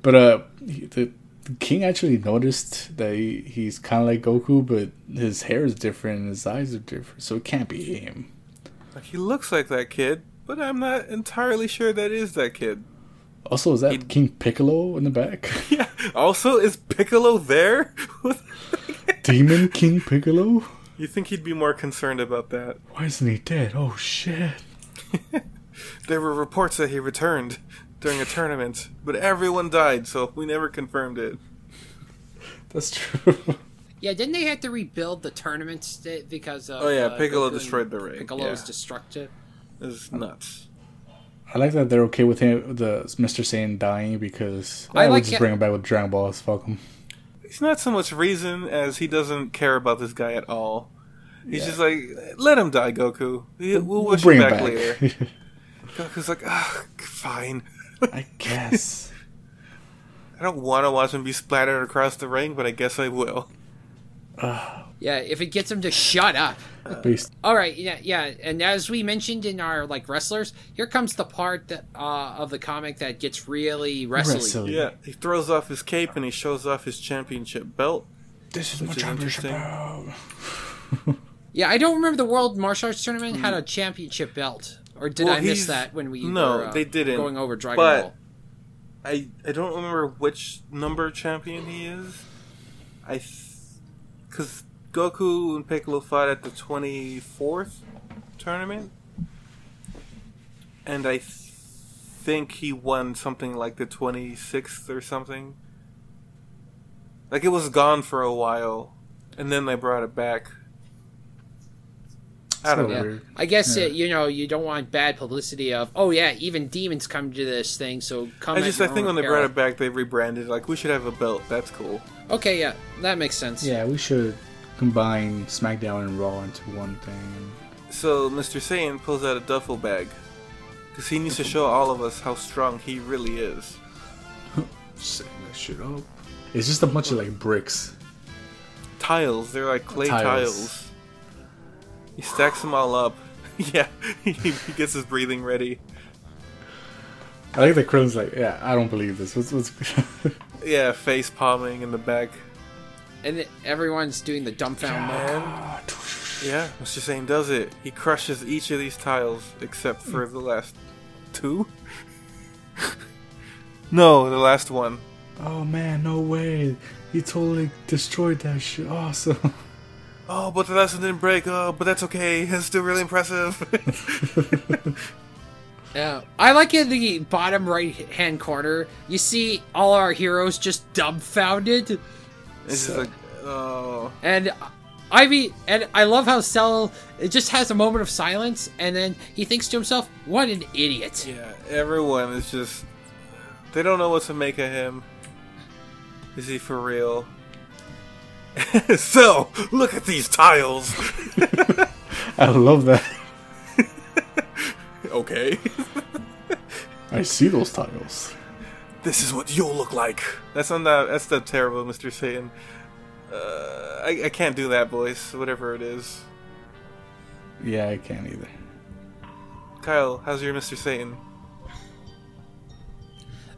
but uh, he- the, the king actually noticed that he, he's kind of like Goku, but his hair is different and his eyes are different, so it can't be him. like, he looks like that kid, but I'm not entirely sure that is that kid. Also, is that He- [LAUGHS] King Piccolo in the back? [LAUGHS] Yeah. Also, is Piccolo there? Demon King Piccolo? [LAUGHS] You think he'd be more concerned about that? Why isn't he dead? Oh shit. There were reports that he returned during a tournament, but everyone died, so we never confirmed it. That's true. [LAUGHS] Yeah, didn't they have to rebuild the tournament sta- because of Oh, yeah, uh, Piccolo Goku and destroyed the ring, Piccolo's yeah. destructive. It's nuts. I like that they're okay with him, the Mr. Saiyan dying because I I, would like just it- bring him back with Dragon Balls. Fuck him. It's not so much reason as he doesn't care about this guy at all. He's just like, let him die, Goku. We- We'll wish Bring him him back, later. [LAUGHS] back. Goku's like, ah, fine. [LAUGHS] I [LAUGHS] guess. I don't want to watch him be splattered across the ring, but I guess I will. Yeah, if it gets him to shut up. Uh, Based- All right, yeah, yeah, and as we mentioned in our like wrestlers, here comes the part that, uh, of the comic that gets really wrestly. Wrestling. Yeah, he throws off his cape and he shows off his championship belt. This is my Which is championship interesting. belt. Yeah, I don't remember the World Martial Arts Tournament had a championship belt, or did Hmm. Well, I miss he's- that when we No, were, uh, they didn't, going over Dragon but- Ball? I I don't remember which number champion he is. I because Goku and Piccolo fought at the twenty fourth tournament, and I th- think he won something like the twenty sixth or something. Like it was gone for a while, and then they brought it back. I don't So know. Yeah. Weird. I guess it, you know you don't want bad publicity of oh yeah even demons come to this thing so come. I at just your I think own when they brought peril. it back, they rebranded. Like we should have a belt. That's cool. Okay, yeah, that makes sense. Yeah, we should combine SmackDown and Raw into one thing. So Mr. Saiyan pulls out a duffel bag because he needs to show all of us how strong he really is. Setting that shit up. It's just a bunch of like bricks. Tiles, they're like clay tiles. Tiles. He stacks them all up. [LAUGHS] yeah, he, he gets his breathing ready. I like that Krillin's like, yeah, I don't believe this. What's [LAUGHS] what's? Yeah, face palming in the back. and it- everyone's doing the dumbfound look. Ah, Yeah, Mr. Saiyan does it. He crushes each of these tiles except for the last two. [LAUGHS] no, the last one. oh man, no way! He totally destroyed that shit. Awesome. [LAUGHS] Oh, but the last one didn't break. Oh, but that's okay. [LAUGHS] It's still really impressive. [LAUGHS] Yeah, I like in the bottom right hand corner. You see all our heroes just dumbfounded, it's just like, oh. and I mean, and I love how Cell it just has a moment of silence, and then he thinks to himself, "What an idiot!" Yeah, everyone is just. They don't know what to make of him. Is he for real? [LAUGHS] so, look at these tiles! [LAUGHS] I love that. okay. I see those titles. This is what you'll look like! That's on the, that's the terrible Mr. Satan. Uh, I, I can't do that voice, whatever it is. Yeah, I can't either. Kyle, how's your Mr. Satan?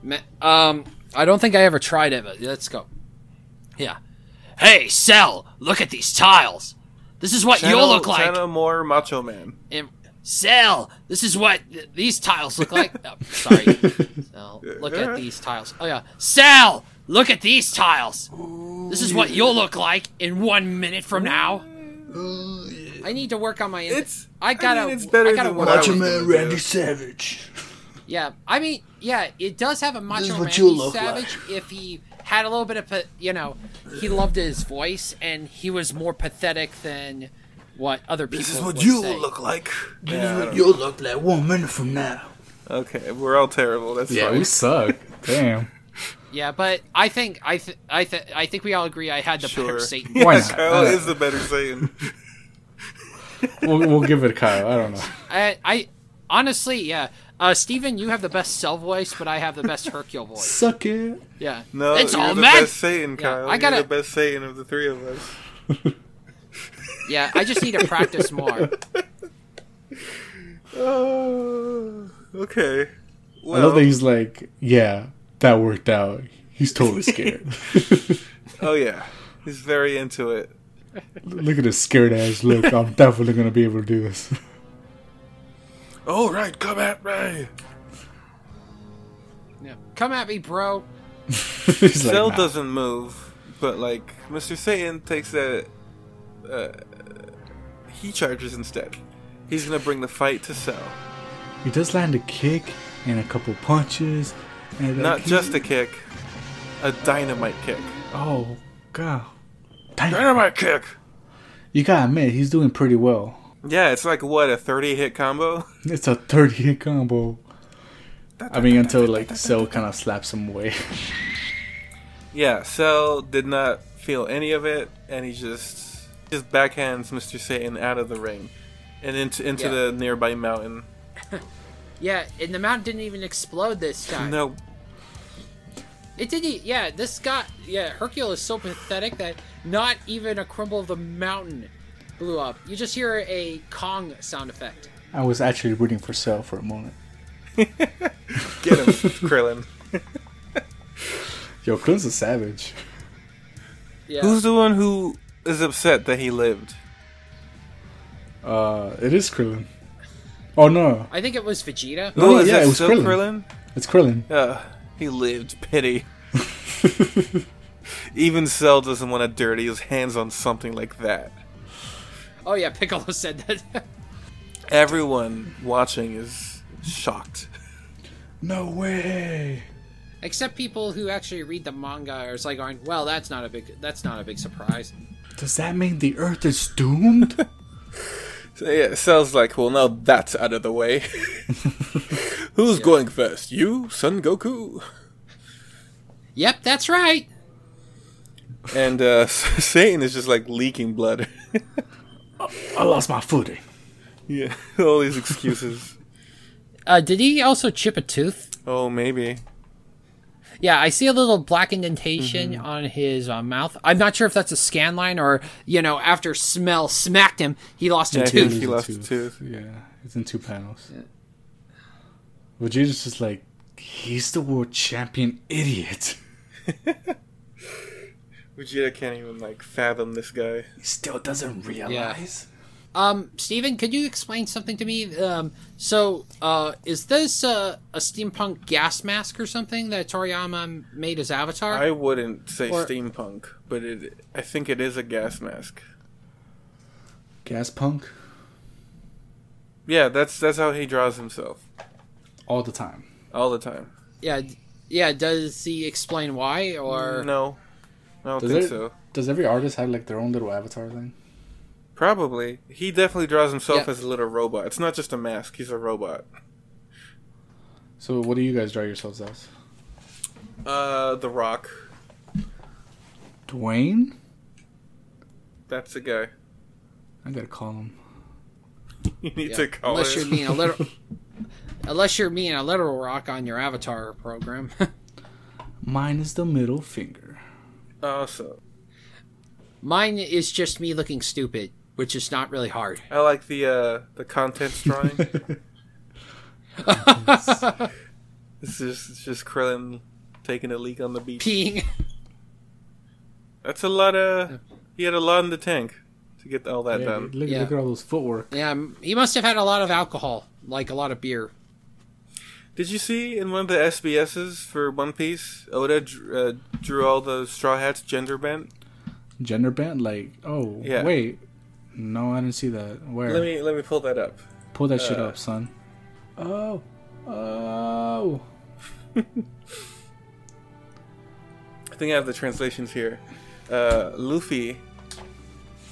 Ma- Um, I don't think I ever tried it, but let's go. Yeah. Hey, Cell, look at these tiles. This is what you'll look like. Channel more Macho Man. And Cell, this is what th- these tiles look [LAUGHS] like. Oh, sorry. Cell, look at these tiles. Oh yeah. Cell, look at these tiles. This is what you'll look like in one minute from now. I need to work on my. It's- I gotta. mean, it's better I gotta than work what I on was- it. Man Randy Savage. Yeah, I mean, yeah, it does have a macho is man what you He's look savage. If he had a little bit of, pa- you know, he loved his voice and he was more pathetic than what other people. This is what would you'll say. look like! Yeah, I don't- You'll look like one minute from now. okay, we're all terrible. That's Yeah, fine. we suck. Damn. Yeah, but I think I th- I th- I think we all agree I had the Sure. better Satan. Why not? Kyle Uh, is the better Satan. we'll, we'll give it a Kyle. I don't know. I, Uh, I honestly, yeah. Uh, Steven, you have the best cell voice, but I have the best Hercule voice. Suck it. Yeah, No, it's you're all the mad. best Satan, Yeah, Kyle. I gotta- You're the best Satan of the three of us. Yeah, I just need to [LAUGHS] practice more. Oh, okay. I Well, love that he's like, yeah, that worked out. He's totally scared. oh yeah, he's very into it. look at his scared ass look. I'm definitely gonna be able to do this. [LAUGHS] All Oh, right, come at me. Yeah. Come at me, bro. he's like, Cell nah. doesn't move, But like Mr. Satan takes that, uh, he charges instead. He's gonna bring the fight to Cell. He does land a kick and a couple punches, and Not like, he- just a kick, a dynamite kick. oh god, Damn. Dynamite kick. you gotta admit he's doing pretty well. Yeah, it's like what a thirty hit combo. [LAUGHS] It's a 30 hit combo. I mean, until like Cell kind of slaps him away. Yeah, Cell did not feel any of it, and he just just backhands Mr. Satan out of the ring and into into Yeah. the nearby mountain. Yeah, and the mountain didn't even explode this time. No, It didn't. e, Yeah, this got. Yeah, Hercule is so pathetic that not even a crumble of the mountain blew up. You just hear a Kong sound effect. I was actually rooting for Cell for a moment. get him, [LAUGHS] Krillin. Yo, Krillin's a savage. Yeah. Who's the one who is upset that he lived? Uh, it is Krillin. Oh no, I think it was Vegeta. No, oh, is yeah, that it was still Krillin. it's Krillin. Uh, he lived. Pity. Even Cell doesn't want to dirty his hands on something like that. Oh yeah, Piccolo [LAUGHS] said that. Everyone watching is shocked. No way. Except people who actually read the manga are just like going, "Well, that's not a big. That's not a big surprise." Does that mean the Earth is [LAUGHS] doomed? So, yeah, Cell's like, well, now that's out of the [LAUGHS] way. Who's going first? You, Son Goku? Yep, that's right. And uh, [LAUGHS] Satan is just like leaking blood. [LAUGHS] I lost my footing. yeah, [LAUGHS] all these excuses. Uh, did he also chip a tooth? oh, maybe. Yeah, I see a little black indentation on his uh, mouth. I'm not sure if that's a scan line or, you know, after Smell smacked him, he lost Yeah, he- a tooth. he lost a tooth. Yeah, it's in two panels. Vegeta's just like, he's the world champion idiot. Vegeta can't even like fathom this guy. He still doesn't realize. Um, Steven, could you explain something to me? Um, so, uh, is this uh, a steampunk gas mask or something that Toriyama made as Avatar? I wouldn't say Or- steampunk, but it, I think it is a gas mask. Gas punk Yeah, that's that's how he draws himself all the time. all the time. Yeah, d- yeah, does he explain why or No, I don't Does think it- so. Does every artist have like their own little avatar thing? Probably he definitely draws himself Yeah. as a little robot. It's not just a mask; he's a robot. So what do you guys draw yourselves as? Uh, The Rock. Dwayne? That's the guy. [LAUGHS] I gotta call him. You need Yeah, to call unless it. you're being a little unless you're being a literal rock on your Avatar program? [LAUGHS] Mine is the middle finger. Awesome. Mine is just me looking stupid, which is not really hard. [LAUGHS] I like the uh the contents drawing. it's just it's just Krillin taking a leak on the beach. Peeing. That's a lot of. He had a lot in the tank to get all that Yeah, done. dude, look, Yeah. look at all those footwork. Yeah, m- he must have had a lot of alcohol, like a lot of beer. Did you see in one of the SBSs for One Piece, Oda dr- uh, drew all the Straw Hats gender bent? Gender bent? Like, oh, Yeah. wait. No, I didn't see that. Where? Let me let me pull that up. Pull that shit uh, up, son. Oh. Oh. I think I have the translations here. Uh, Luffy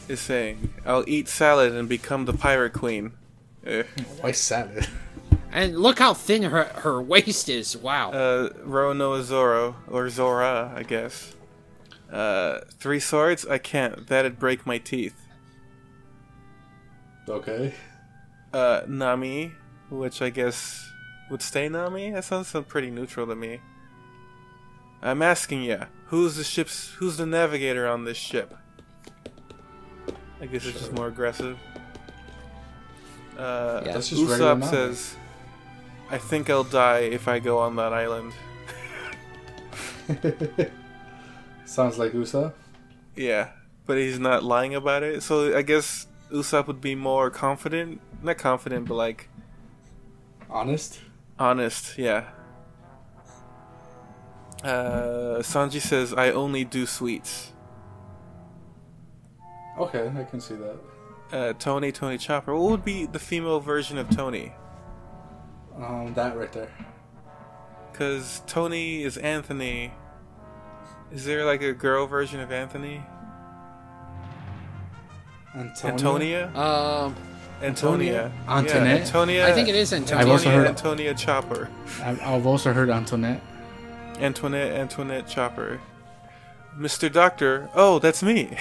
is saying, "I'll eat salad and become the pirate queen." Eh. Why salad? And look how thin her, her waist is. Wow. Uh, Ronoa Zoro or Zora, I guess. Uh, three swords? I can't. That'd break my teeth. Okay. uh, Nami, which I guess would stay Nami. That sounds so pretty neutral to me. I'm asking ya, who's the ship's, who's the navigator on this ship? I guess it's just more aggressive. Uh, Yeah. That's just regular Usopp Nami. says, "I think I'll die if I go on that island." Sounds like Usa. Yeah, but he's not lying about it. So I guess Usopp would be more confident, not confident, but like Honest. Honest, yeah. Uh, Sanji says, I only do sweets. Okay, I can see that. Uh, Tony, Tony Chopper. What would be the female version of Tony? Um, that right there. Because Tony is Anthony. Is there like a girl version of Anthony? Antonia. Antonia? Um, Antonia. Antoinette? Yeah, Antonia. I think it is Antonia. I've also heard- Antonia Chopper. I- I've also heard Antoinette. Antoinette, Antoinette Chopper. Mr. Doctor. Oh, that's me.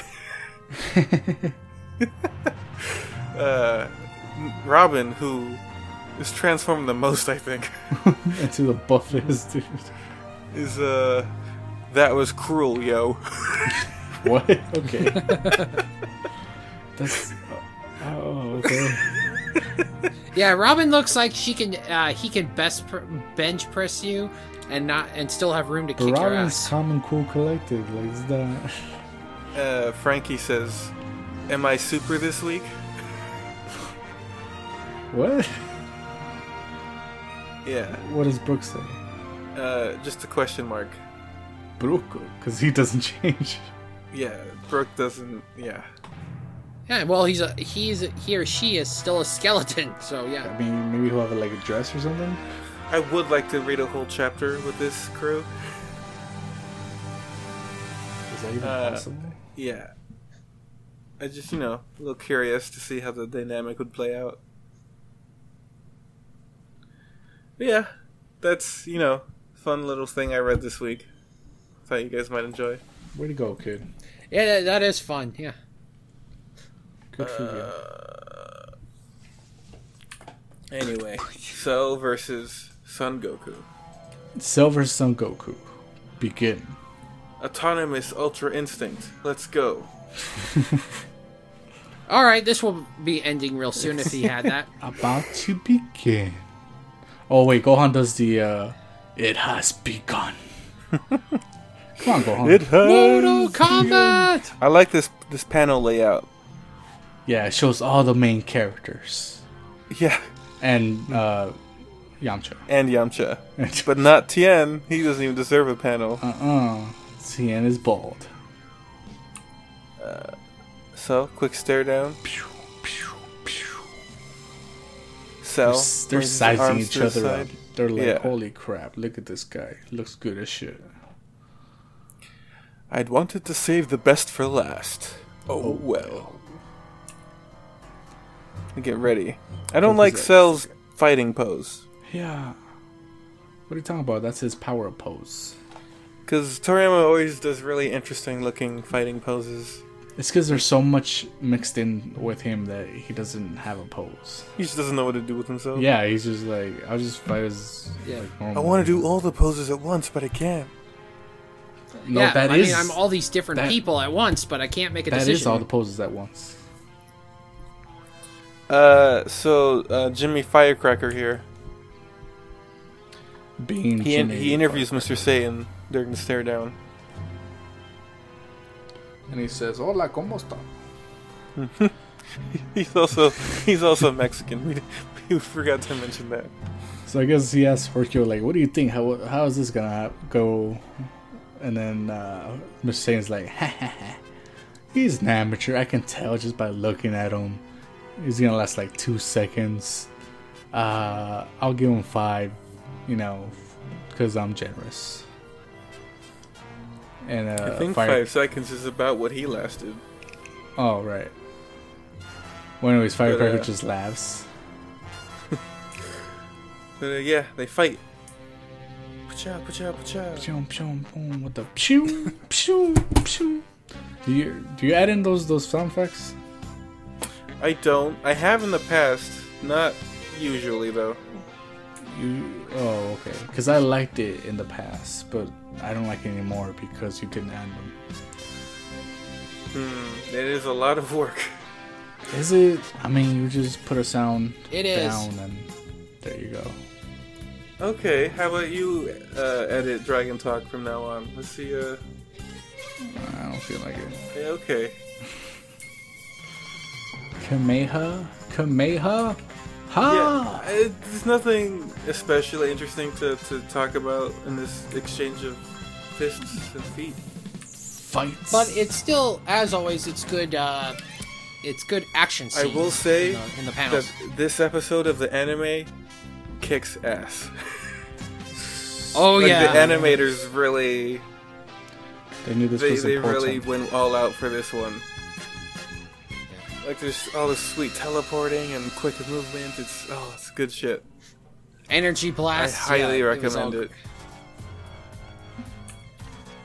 [LAUGHS] uh, Robin, who is transformed the most, I think, [LAUGHS] Into the buffest, dude. is uh, that was cruel, yo. [LAUGHS] [LAUGHS] What? Okay. [LAUGHS] That's. Oh, [LAUGHS] okay. Yeah, Robin looks like she can. Uh, he can best pr- bench press you, and not and still have room to But kick your Robin's ass. calm and cool collected. Like, it's [LAUGHS] that. Uh, Frankie says, "Am I super this week?" What? Yeah. What does Brooke say? Uh, just a question mark. Brooke, because he doesn't [LAUGHS] change. Yeah, Brooke doesn't. Yeah. Yeah, well, he's a he's a, he or she is still a skeleton. [LAUGHS] So yeah, I mean, maybe he'll have like a dress or something. I would like to read a whole chapter with this crew. Is that even Uh, possible? Yeah. I just, you know, a little curious to see how the dynamic would play out. But yeah, that's, you know, fun little thing I read this week. Thought you guys might enjoy. Way to go, kid. yeah, that, that is fun. Yeah. Good for you. uh, Anyway, Cell versus Son Goku. Silver Sun Goku. Begin. Autonomous Ultra Instinct. Let's go. All right, this will be ending real soon if he had [LAUGHS] that. About to begin. Oh wait, Gohan does the uh It has begun. [LAUGHS] Come on, Gohan. Mortal Kombat. I like this this panel layout. yeah, it shows all the main characters. Yeah, And uh Yamcha. and Yamcha. But not Tien. He doesn't even deserve a panel. Uh-uh. Tien is bald. So, quick stare down. Cell. Oh, They're, they're raises his sizing arms each to his other up. side. They're like, Yeah. holy crap, look at this guy. Looks good as shit. I'd wanted to save the best for last. Oh, well. Get ready. I don't like that? Cell's fighting pose. Yeah. What are you talking about? That's his power pose. Because Toriyama always does really interesting looking fighting poses. It's because there's so much mixed in with him that he doesn't have a pose. He just doesn't know what to do with himself. Yeah, he's just like, I'll just fight as Yeah. like normal. I want to do all the poses at once, but I can't. No, yeah, that I is- mean, I'm all these different that- people at once, but I can't make a That decision. is all the poses at once. Uh, so, uh, Jimmy Firecracker here. Being He, in- Jimmy he interviews Mr. Satan during the stare down. and he says, "Hola, cómo está?" He's also he's also Mexican. We, we forgot to mention that. So I guess he asks Hercule, like, "What do you think? How how is this gonna hap- go?" And then uh, Mr. Satan's like, [LAUGHS] "Ha ha ha! He's an amateur. I can tell just by looking at him. He's gonna last like two seconds. Uh, I'll give him five, you know, because I'm generous." And uh, I think Fire- five seconds is about what he lasted. Oh right. Well, anyways, Firecracker uh, just laughs. But uh, yeah, they fight. Pacha, pacha, pacha. Pshum, pshum, boom, with the pshum, pshum, pshum. Do you do you add in those those sound effects? I don't. I have in the past, not usually though. You oh okay, because I liked it in the past, but I don't like it anymore because you didn't add them. It is a lot of work. [LAUGHS] Is it? I mean, you just put a sound It is. down and there you go. Okay, how about you uh, edit Dragon Talk from now on? Let's see. Uh, I don't feel like it. yeah, okay. Kameha, Yeah, Kameha, ha. I- there's nothing especially interesting to, to talk about in this exchange of fists and feet. fights. But it's still, as always, it's good. Uh, it's good action I scenes. will say in the, in the that panels. this episode of the anime kicks ass. oh like yeah, the animators really they knew this they, was they important. really went all out for this one. Like there's all this sweet teleporting and quick movement. It's oh, it's good shit. energy I blast. highly recommend it.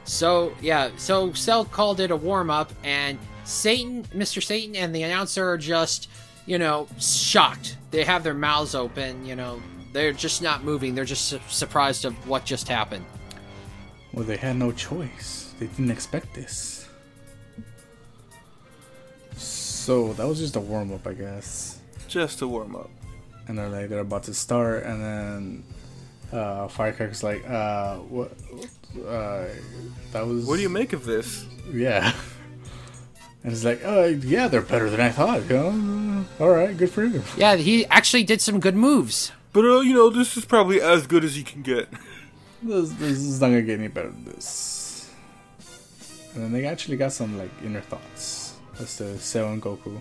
So yeah, so Cell called it a warm up, and Satan, Mr. Satan, and the announcer are just, you know, shocked. They have their mouths open. You know, they're just not moving. They're just su- surprised of what just happened. Well, they had no choice. They didn't expect this. So that was just a warm up, I guess. Just to warm up. And they're like, they're about to start, and then uh, Firecracker's like, uh, what? Uh, that was. What do you make of this? Yeah. [LAUGHS] And it's like, uh, yeah, they're better than I thought. Uh, all right, good for you. Yeah, he actually did some good moves. But uh, you know, this is probably as good as you can get. [LAUGHS] This, this is not gonna get any better than this. And then they actually got some like inner thoughts. That's the Cell and Goku.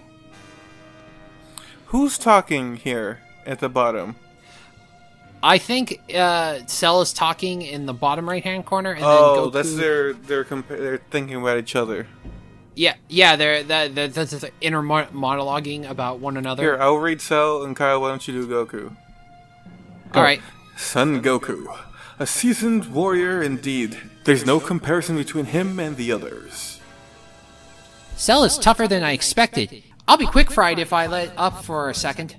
Who's talking here at the bottom? I think uh, Cell is talking in the bottom right hand corner, and oh, then Goku, that's their they're compa- they're thinking about each other. Yeah, yeah, they're that that- that's the inner mo- monologuing about one another. Here, I'll read Cell and Kyle. Why don't you do Goku? All right. Son Goku, a seasoned warrior indeed. There's no comparison between him and the others. Cell is tougher than I expected. I'll be quick fried if I let up for a second.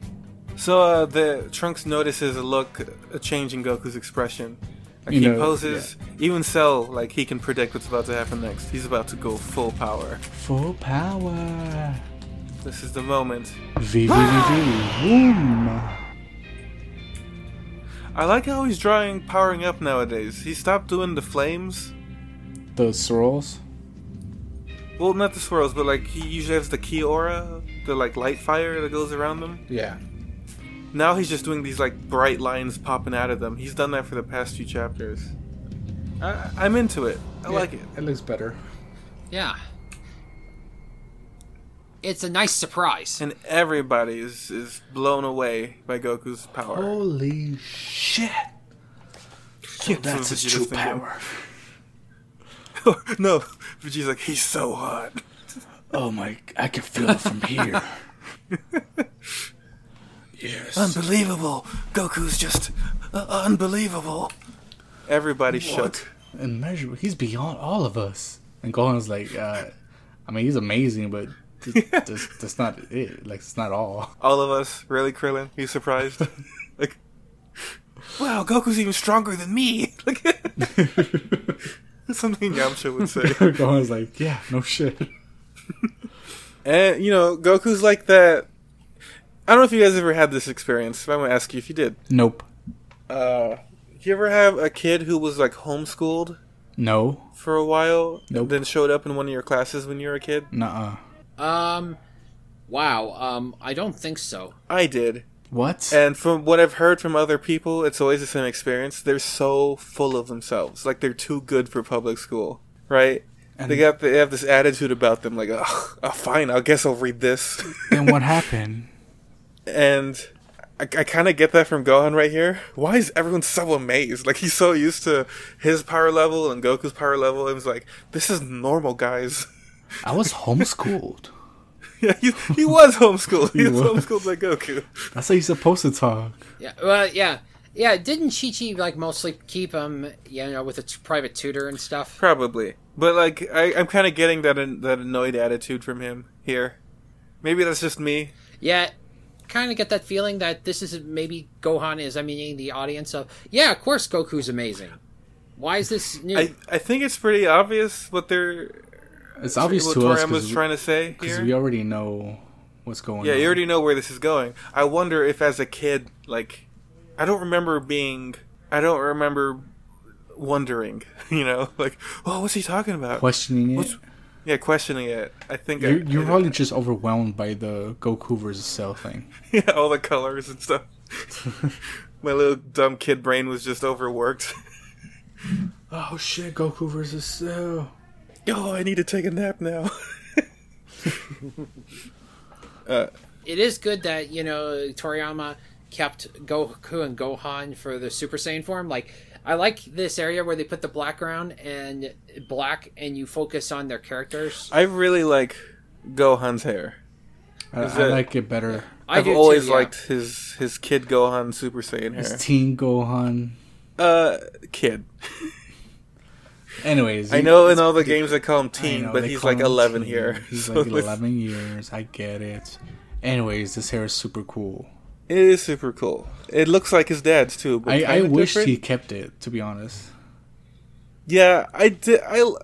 So uh, the Trunks notices a look, a change in Goku's expression. Like You he know, poses, even Cell, like he can predict what's about to happen next. He's about to go full power. Full power. This is the moment. V V V Ah! V. Boom. I like how he's drawing powering up nowadays. He stopped doing the flames. The swirls. Well, not the swirls, but like he usually has the key aura, the like light fire that goes around them. Yeah. Now he's just doing these like bright lines popping out of them. He's done that for the past few chapters. I, I'm into it. I like it. It looks better. Yeah. It's a nice surprise. And everybody is, is blown away by Goku's power. Holy shit. So that's his Vegeta's true thinking. power. [LAUGHS] no, Vegeta's like he's so hot. [LAUGHS] Oh my! I can feel it from here. [LAUGHS] yes. Unbelievable. Goku's just uh, unbelievable. Everybody shook. immeasurable. He's beyond all of us. And Gohan's like, uh, I mean, he's amazing, but [LAUGHS] th- that's, that's not it. Like, it's not all. [LAUGHS] All of us really Krillin. He's [LAUGHS] surprised. like, wow, Goku's even stronger than me. [LAUGHS] Like, something Yamcha would [LAUGHS] say. Gohan's like, yeah, no shit. And you know, Goku's like that. I don't know if you guys ever had this experience. But I'm gonna ask you if you did. Nope. Uh, you ever have a kid who was like homeschooled No. for a while, Nope. and Mm. then showed up in one of your classes when you were a kid? Nuh-uh. Um, wow. Um, I don't think so. I did. What? And from what I've heard from other people, it's always the same experience. They're so full of themselves, like they're too good for public school, right? they got they have this attitude about them, like, oh, fine, I guess I'll read this. [LAUGHS] and what happened? and I, I kind of get that from Gohan right here. Why is everyone so amazed? Like he's so used to his power level and Goku's power level, and he's like, "This is normal, guys." [LAUGHS] [LAUGHS] I was homeschooled. yeah, he, he was homeschooled. he, He was, was. homeschooled by Goku. [LAUGHS] That's how you're supposed to talk. Yeah. Well, yeah. Yeah, didn't Chi Chi like mostly keep him, you know, with a t- private tutor and stuff? Probably, but like I, I'm kind of getting that an that annoyed attitude from him here. Maybe that's just me. Yeah, kind of get that feeling that this is maybe Gohan is, I mean, the audience of, yeah, of course Goku's amazing. Why is this new? I I think it's pretty obvious what they're It's obvious what to us Toriyama's because trying to say here. we already know what's going Yeah, on. you already know where this is going. I wonder if, as a kid, like, I don't remember being, I don't remember wondering, [LAUGHS] you know, like, oh, what's he talking about? questioning it. What's- yeah, questioning it. I think I- You're, you're [LAUGHS] probably just overwhelmed by the Goku versus Cell thing. yeah, all the colors and stuff. My little dumb kid [LAUGHS] brain was just overworked. Oh shit, Goku versus Cell. oh, I need to take a nap now. [LAUGHS] It is good that you know Toriyama kept Goku and Gohan for the Super Saiyan form. Like I like this area where they put the background and black, and you focus on their characters. I really like Gohan's hair. I, Is I it- like it better. I I've do too, always yeah. liked his his kid Gohan Super Saiyan hair. It's Teen Gohan. Uh, kid. Anyways, I he- know in all the games they call him I teen, know, but they he's call like him eleven teen. here. [LAUGHS] He's [LAUGHS] So like it's- 11 years. I get it. Anyways, this hair is super cool. It is super cool. It looks like his dad's too. But I, I kinda wish different. he kept it, to be honest. Yeah, I did. I. l-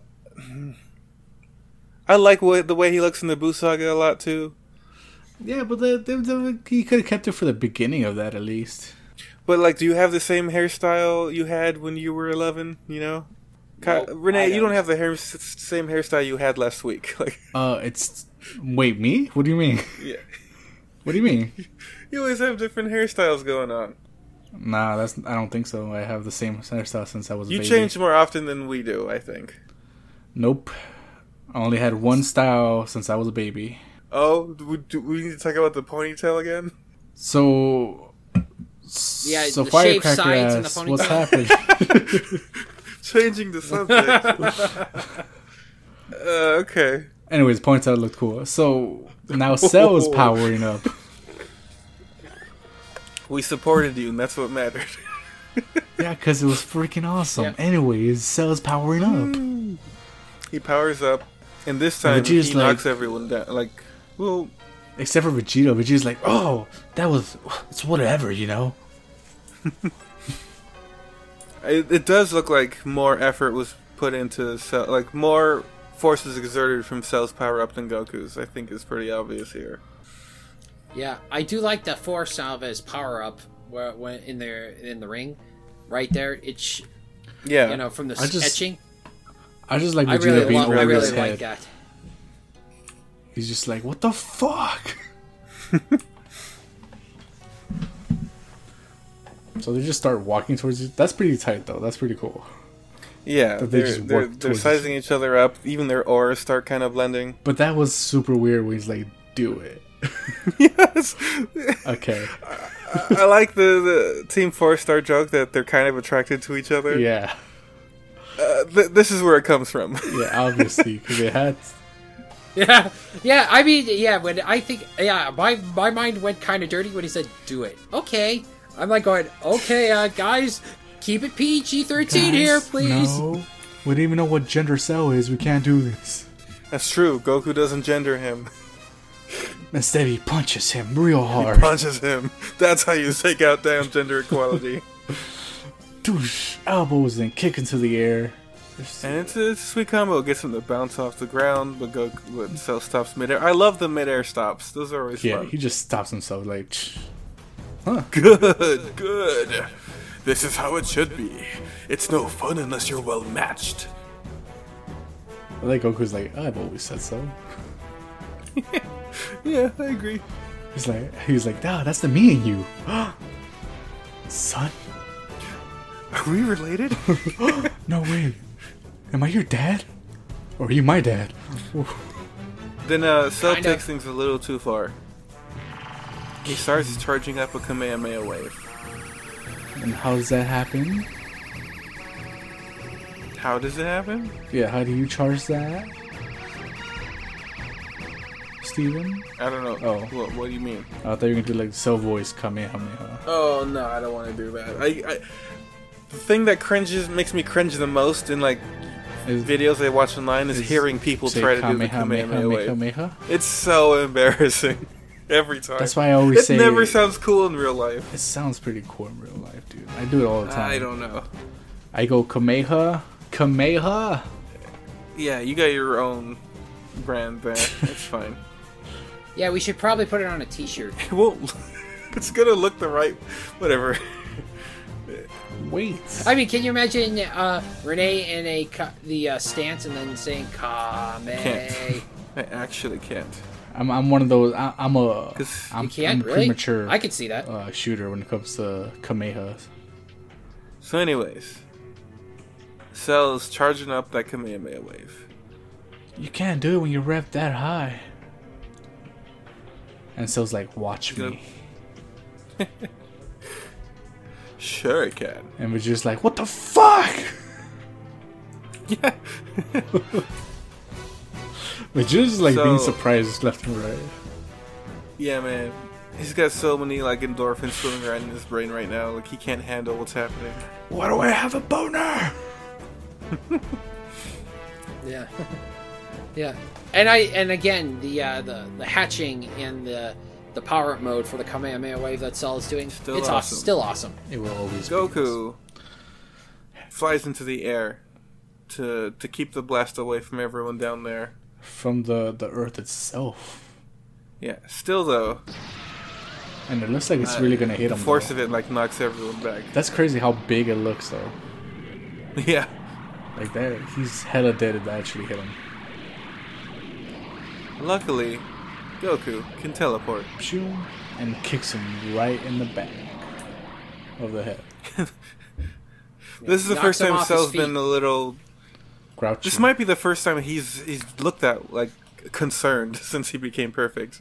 I like what, the way he looks in the Buu Saga a lot too. Yeah, but the, the, the, he could have kept it for the beginning of that at least. But like, do you have the same hairstyle you had when you were eleven? You know, Ka- Nope, Renee, I you don't don't. have the hair, s- same hairstyle you had last week. [LAUGHS] Like, Uh, it's wait me? What do you mean? [LAUGHS] Yeah. What do you mean? you always have different hairstyles going on. Nah, that's I don't think so. I have the same hairstyle since I was. a You baby. change more often than we do, I think. Nope. I only had one style since I was a baby. Oh, do we, do we need to talk about the ponytail again? So. Yeah, so the shaved firecracker sides and the ass, [LAUGHS] what's ponytail. happening? [LAUGHS] Changing the subject. [LAUGHS] uh, okay. Anyways, points out looked cool. So now Cell [LAUGHS] is powering up. We supported you, and that's what mattered. Yeah, because it was freaking awesome. Yeah. Anyways, Cell's powering up. [LAUGHS] he powers up, and this time But you he just, knocks like- everyone down. Like, well, Except for Vegeta. Vegeta's like, oh, that was. It's whatever, you know? it, it does look like more effort was put into Cell, like more forces exerted from Cell's power up than Goku's. I think is pretty obvious here. Yeah, I do like the force of his power up where when in there in the ring, right there. It's sh- Yeah, you know from the I just- etching. I just like Vegeta I really, being love, over I really his like head. that. He's just like, what the fuck? [LAUGHS] so they just start walking towards you. That's pretty tight, though. That's pretty cool. yeah. That they They're, just they're, work they're towards- sizing each other up. Even their auras start kind of [LAUGHS] blending. But that was super weird when he's like, do it. [LAUGHS] [LAUGHS] yes. Okay. I like the, the Team Four Star joke that they're kind of attracted to each other. Yeah. Uh, th- this is where it comes from. Yeah, obviously. Because they [LAUGHS] had. Yeah, yeah. I mean, yeah. When I think, yeah, my my mind went kind of dirty when he said, "Do it." Okay, I'm like going, "Okay, uh, guys, keep it PG thirteen here, Guys, please." No. We don't even know what gender Cell is. We can't do this. [LAUGHS] That's true. Goku doesn't gender him. [LAUGHS] Instead, he punches him real hard. punches him. That's how you take out damn gender [LAUGHS] equality. Douche, elbows and kick into the air. and it's a, it's a sweet combo. It gets him to bounce off the ground, but go but Cell stops midair. I love the midair stops. Those are always Yeah, fun. he just stops himself like, [SNIFFS] "Tch." [LAUGHS] Good, good. This is how it should be. It's no fun unless you're well matched. I like Goku's like, I've always said so. Yeah, I agree. He's like, he's like, nah, that's the me and you, [GASPS] son. Are we related? No way. Am I your dad? Or are you my dad? then uh, Cell Kinda. takes things a little too far. He Hmm. starts charging up a Kamehameha wave. And how does that happen? How does it happen? Yeah, how do you charge that, Steven? I don't know. Oh. What, what do you mean? I thought you were gonna do like cell voice kamehameha. Oh no, I don't want to do that. I, I the thing that cringes makes me cringe the most in like Is- videos I watch online is, is- hearing people say try to do the kamehameha, Kamehameha wave. kamehameha. It's so [LAUGHS] embarrassing every time. That's why I always it say- never sounds cool in real life. It sounds pretty cool in real life, dude. I do it all the time. I don't know. I go Kameha, Kameha. Yeah, you got your own brand there. It's fine. Yeah, we should probably put it on a T-shirt. Well, [LAUGHS] it's gonna look the right. Whatever. [LAUGHS] Wait. I mean, can you imagine uh, Renee in a ca- the uh, stance and then saying "Kame"? Can't. I actually can't. I'm, I'm one of those. I, I'm a. 'Cause I'm, You can't I'm really. premature. I could see that. uh, shooter when it comes to Kameha. So, anyways, Cell's charging up that Kamehameha wave. you can't do it when you're revved that high. And Sil's like, watch Yep. me. [LAUGHS] Sure, I can. And we're just like, what the [LAUGHS] fuck? Yeah. We're just like being So- surprised left and right. Yeah, man. He's got so many like endorphins swimming around in his brain right now. Like he can't handle what's happening. Why do I have a boner? Yeah. [LAUGHS] yeah. And I and again the uh, the the hatching and the the power up mode for the Kamehameha wave that Cell is doing. Still it's aw- awesome. still awesome. It will always be. us. Goku flies into the air to to keep the blast away from everyone down there. From the, the earth itself. Yeah. Still though, And it looks like it's Uh, really gonna hit the him. force though. of it like knocks everyone back. [LAUGHS] That's crazy how big it looks though. yeah. Like that he's hella dead if that actually hit him. Luckily, Goku can teleport. Pshoo, And kicks him right in the back of the head. This is the Knocks first him time off his Cell's feet. been a little. Grouchy. This might be the first time he's he's looked at like concerned [LAUGHS] since he became perfect.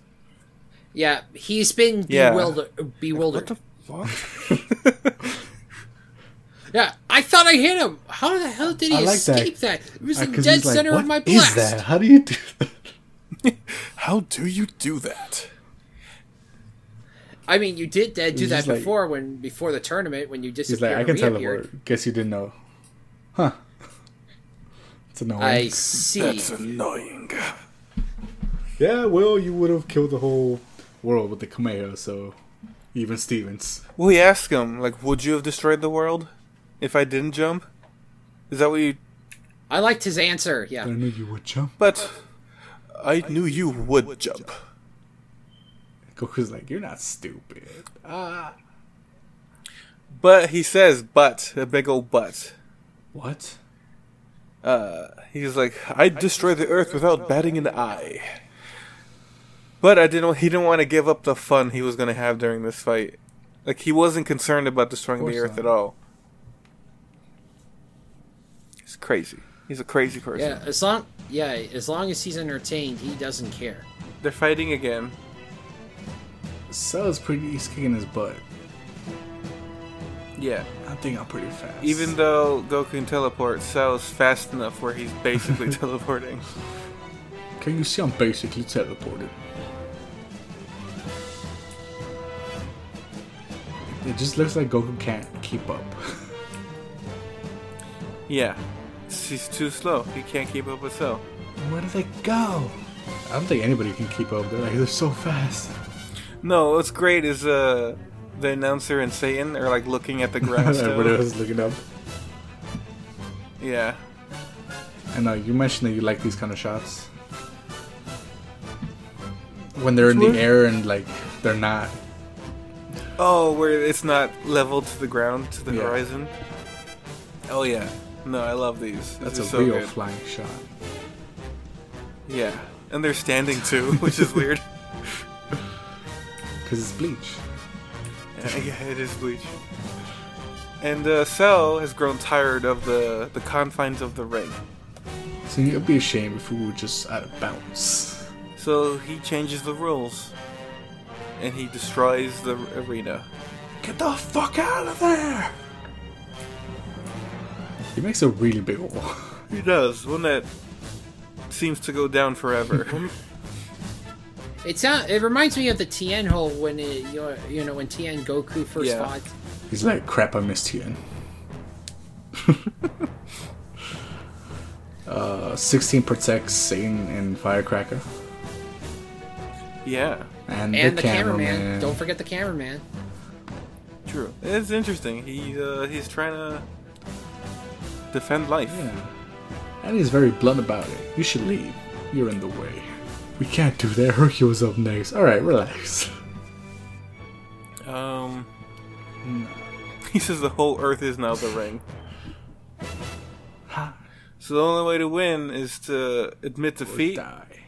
Yeah, he's been Yeah. bewildered. bewildered. What? yeah, I thought I hit him. How the hell did he I like that. escape that. It was Uh, the 'cause dead he's like, center "What of my is blast. that? How do you do that? How do you do that? I mean, you did that, do He's that just like- before when before the tournament when you He's disappeared. like, I can and teleport. reappeared." Guess you didn't know. Huh. It's annoying. I see. annoying. Yeah, well, you would have killed the whole world with the Kameo, so even Stevens. We ask him, like, would you have destroyed the world if I didn't jump? Is that what you? I liked his answer. I Yeah, knew you would jump. But I knew you would jump. Goku's like, you're not stupid. But he says, but a big old but. What? Uh, he's like, I'd destroy the earth without batting an eye. But I didn't. He didn't want to give up the fun he was going to have during this fight. Like he wasn't concerned about destroying the course earth not. at all. He's crazy. He's a crazy person. yeah. As long, yeah, as long as he's entertained, he doesn't care. They're fighting again. Cell is pretty, he's kicking his butt. Yeah. I think I'm pretty fast. Even though Goku can teleport, Cell is fast enough where he's [LAUGHS] basically teleporting. Can you see I'm basically teleported? It just looks like Goku can't keep up. Yeah. He's too slow. He can't keep up with Cell. Where do they go? I don't think anybody can keep up. They're like, they're so fast. [LAUGHS] No, what's great is uh the announcer and Satan are like looking [LAUGHS] at the ground Everybody still. was looking up. Yeah. And uh, you mentioned that you like these kind of shots. When they're in Which the one? air and like they're not. Oh, where it's not leveled to the ground, to the Yeah. horizon. Oh yeah. No, I love these. That's These are a so real good. flying shot. Yeah. And they're standing too, [LAUGHS] which is weird. Because it's bleach. Yeah, yeah, it is Bleach. And uh, Cell has grown tired of the, the confines of the ring. So it would be a shame if we were just out of bounds. So he changes the rules. And he destroys the arena. Get the fuck out of there! He makes a really big [LAUGHS] wall. He does, one that seems to go down [LAUGHS] forever. It sound, It reminds me of the Tien hole when it, you know- you know when Tien Goku first Yeah. fought. He's like, crap, I missed you. uh, 16 protects Satan and Firecracker. yeah, And, And the, the, cameraman. Don't forget the cameraman. true. It's interesting. He uh, he's trying to defend life. Yeah. And he's very blunt about it. You should leave. You're in the way. We can't do that. Hercule's up next. Alright, relax. [LAUGHS] Um, Hmm. [LAUGHS] he says the whole Earth is now the ring. [SIGHS] So the only way to win is to admit defeat Die.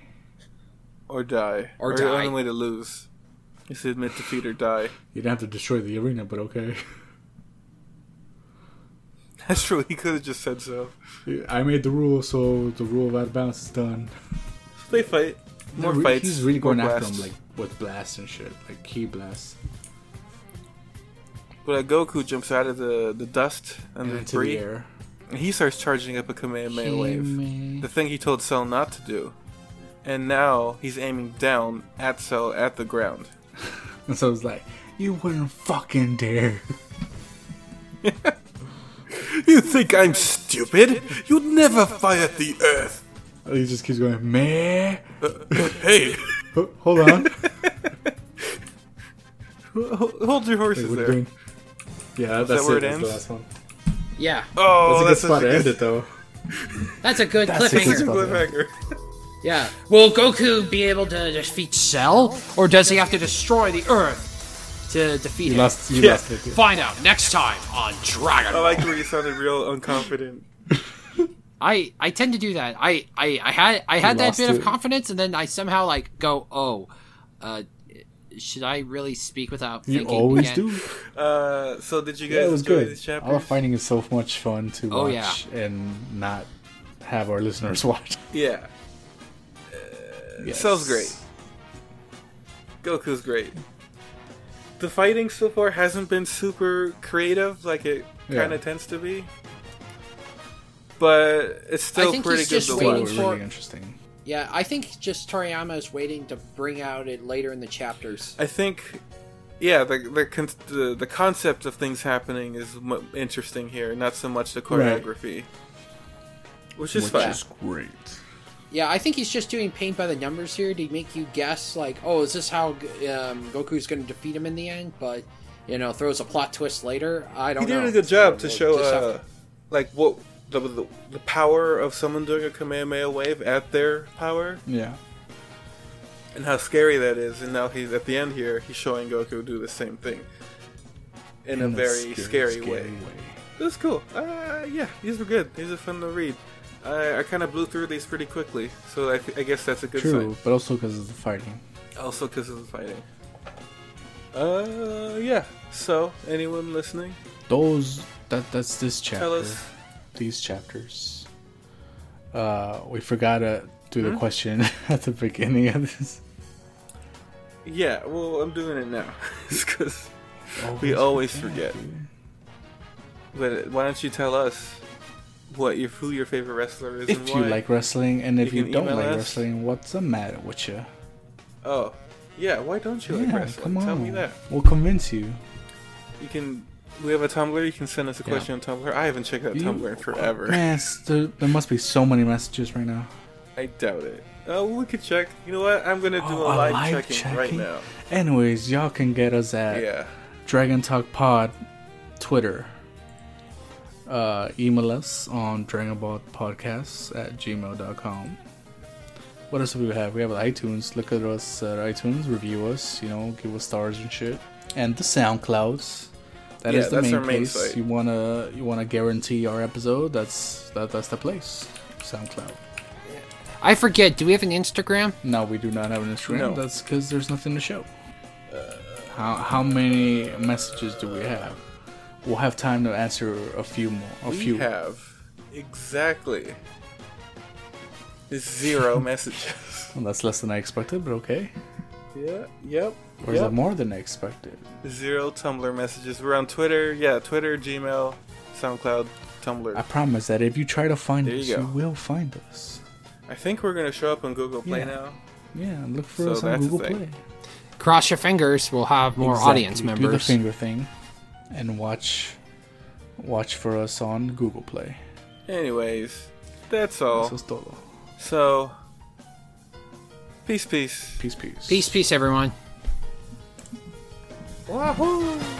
or die. Or the die. only way to lose is to admit defeat or die. [LAUGHS] You don't have to destroy the arena, but okay. That's true. He could have just said so. [LAUGHS] I made the rule, so the rule of out of bounds is done. They fight. More They're re- fights. He's really more going after him, blasts. like with blasts and shit, like key blasts But uh, Goku jumps out of the, the dust and the into the debris, air. and he starts charging up a Kamehameha wave. Kamehameha. The thing he told Cell not to do. And now he's aiming down at Cell at the ground. And so I was like, "You wouldn't fucking dare." [LAUGHS] You think I'm stupid? You'd never fire at the earth. [LAUGHS] He just keeps going, "Meh." Hey, Ho- [LAUGHS] Hold on. ho- hold your Wait, horses what there. do you mean? Yeah, that's that where it. it that's ends? the last one. Yeah, Oh, that's, that's a good such a spot to end good, [LAUGHS] it, though. that's a good That's a cliffhanger. good spot. cliffhanger. Yeah. Will Goku be able to defeat Cell, or does he have to destroy the Earth to defeat You him? lost. You Yeah. lost it. Find out next time on Dragon. I Ball. like where you sounded real unconfident. I I tend to do that. I I, I had I had that lost bit of it. confidence, and then I somehow like go, oh, uh, should I really speak without? You thinking always again? do. Uh, so did you guys Yeah, it was enjoy good. these Our chapters? fighting is so much fun to Oh, watch yeah. and not have our listeners [LAUGHS] watch. yeah. Yes. Cell's great. Goku's great. The fighting so far hasn't been super creative, like it Yeah. kind of tends to be. But it's still think pretty he's good just to They were waiting watch. really for- interesting. Yeah, I think just Toriyama is waiting to bring out it later in the chapters. I think, yeah, the the, con- the the concept of things happening is m- interesting here, not so much the Right. choreography, which is fun. great. Yeah, I think he's just doing paint by the numbers here to make you guess, like, oh, is this how um, Goku's going to defeat him in the end? But you know, throws a plot twist later. I don't he know. did a good job to We'll show just have uh, like what the, the the power of someone doing a Kamehameha wave at their power Yeah. and how scary that is. And now he's at the end here, he's showing Goku do the same thing in a In very scary, way. It was cool. Uh, yeah, these were good. These are fun to read. I, I kind of blew through these pretty quickly, so I, I guess that's a good True, but also because of the fighting. sign. Also, because of the fighting. Uh, yeah. So, anyone listening, Those that that's this chapter. tell us. These chapters. Uh, we forgot to do Hmm? the question [LAUGHS] at the beginning of this. Yeah, well, I'm doing it now. [LAUGHS] because [LAUGHS] we Always always forget. But why don't you tell us what your who your favorite wrestler is and If you why? like wrestling, and if You you, can don't email like us. wrestling, what's the matter with you? Oh, yeah. Why don't you like yeah, wrestling? come on. Tell me that. We'll convince you. You can. We have a Tumblr. You can send us a Yeah. question on Tumblr. I haven't checked out You- Tumblr in forever. Man, s- there, there must be so many messages right now. I doubt it. Oh, we could check. You know what? I'm gonna do Oh, a a live, live checking, right checking? now. Anyways, y'all can get us at Yeah. Dragon Talk Pod Twitter. Uh, email us on dragonballpodcasts at gmail.com. What else do we have? We have iTunes. Look at us at iTunes, review us, you know, give us stars and shit. And the SoundClouds. That Yeah, is the that's main, our main place. site. You wanna you wanna guarantee our episode, that's that that's the place. SoundCloud. I forget. Do we have an Instagram? No, we do not have an Instagram. No. That's because there's nothing to show. How how many messages do we have? We'll have time to answer a few more. A we few. have exactly [LAUGHS] zero messages. Well, that's less than I expected, but okay. Yeah. Yep. Or is that more than I expected? Zero Tumblr messages. We're on Twitter. Yeah, Twitter, Gmail, SoundCloud, Tumblr. I I, promise that if you try to find There you go. us, you will find us. think we're gonna show up on Google Play Yeah. now. Yeah, look for So us on that's the Google thing. Play. Cross your fingers. We'll have more Exactly. audience Do the members. finger thing, and watch, watch for us on Google Play. Anyways, that's all. Eso es todo. So, peace, peace. Peace, peace. peace, peace, everyone. Wahoo!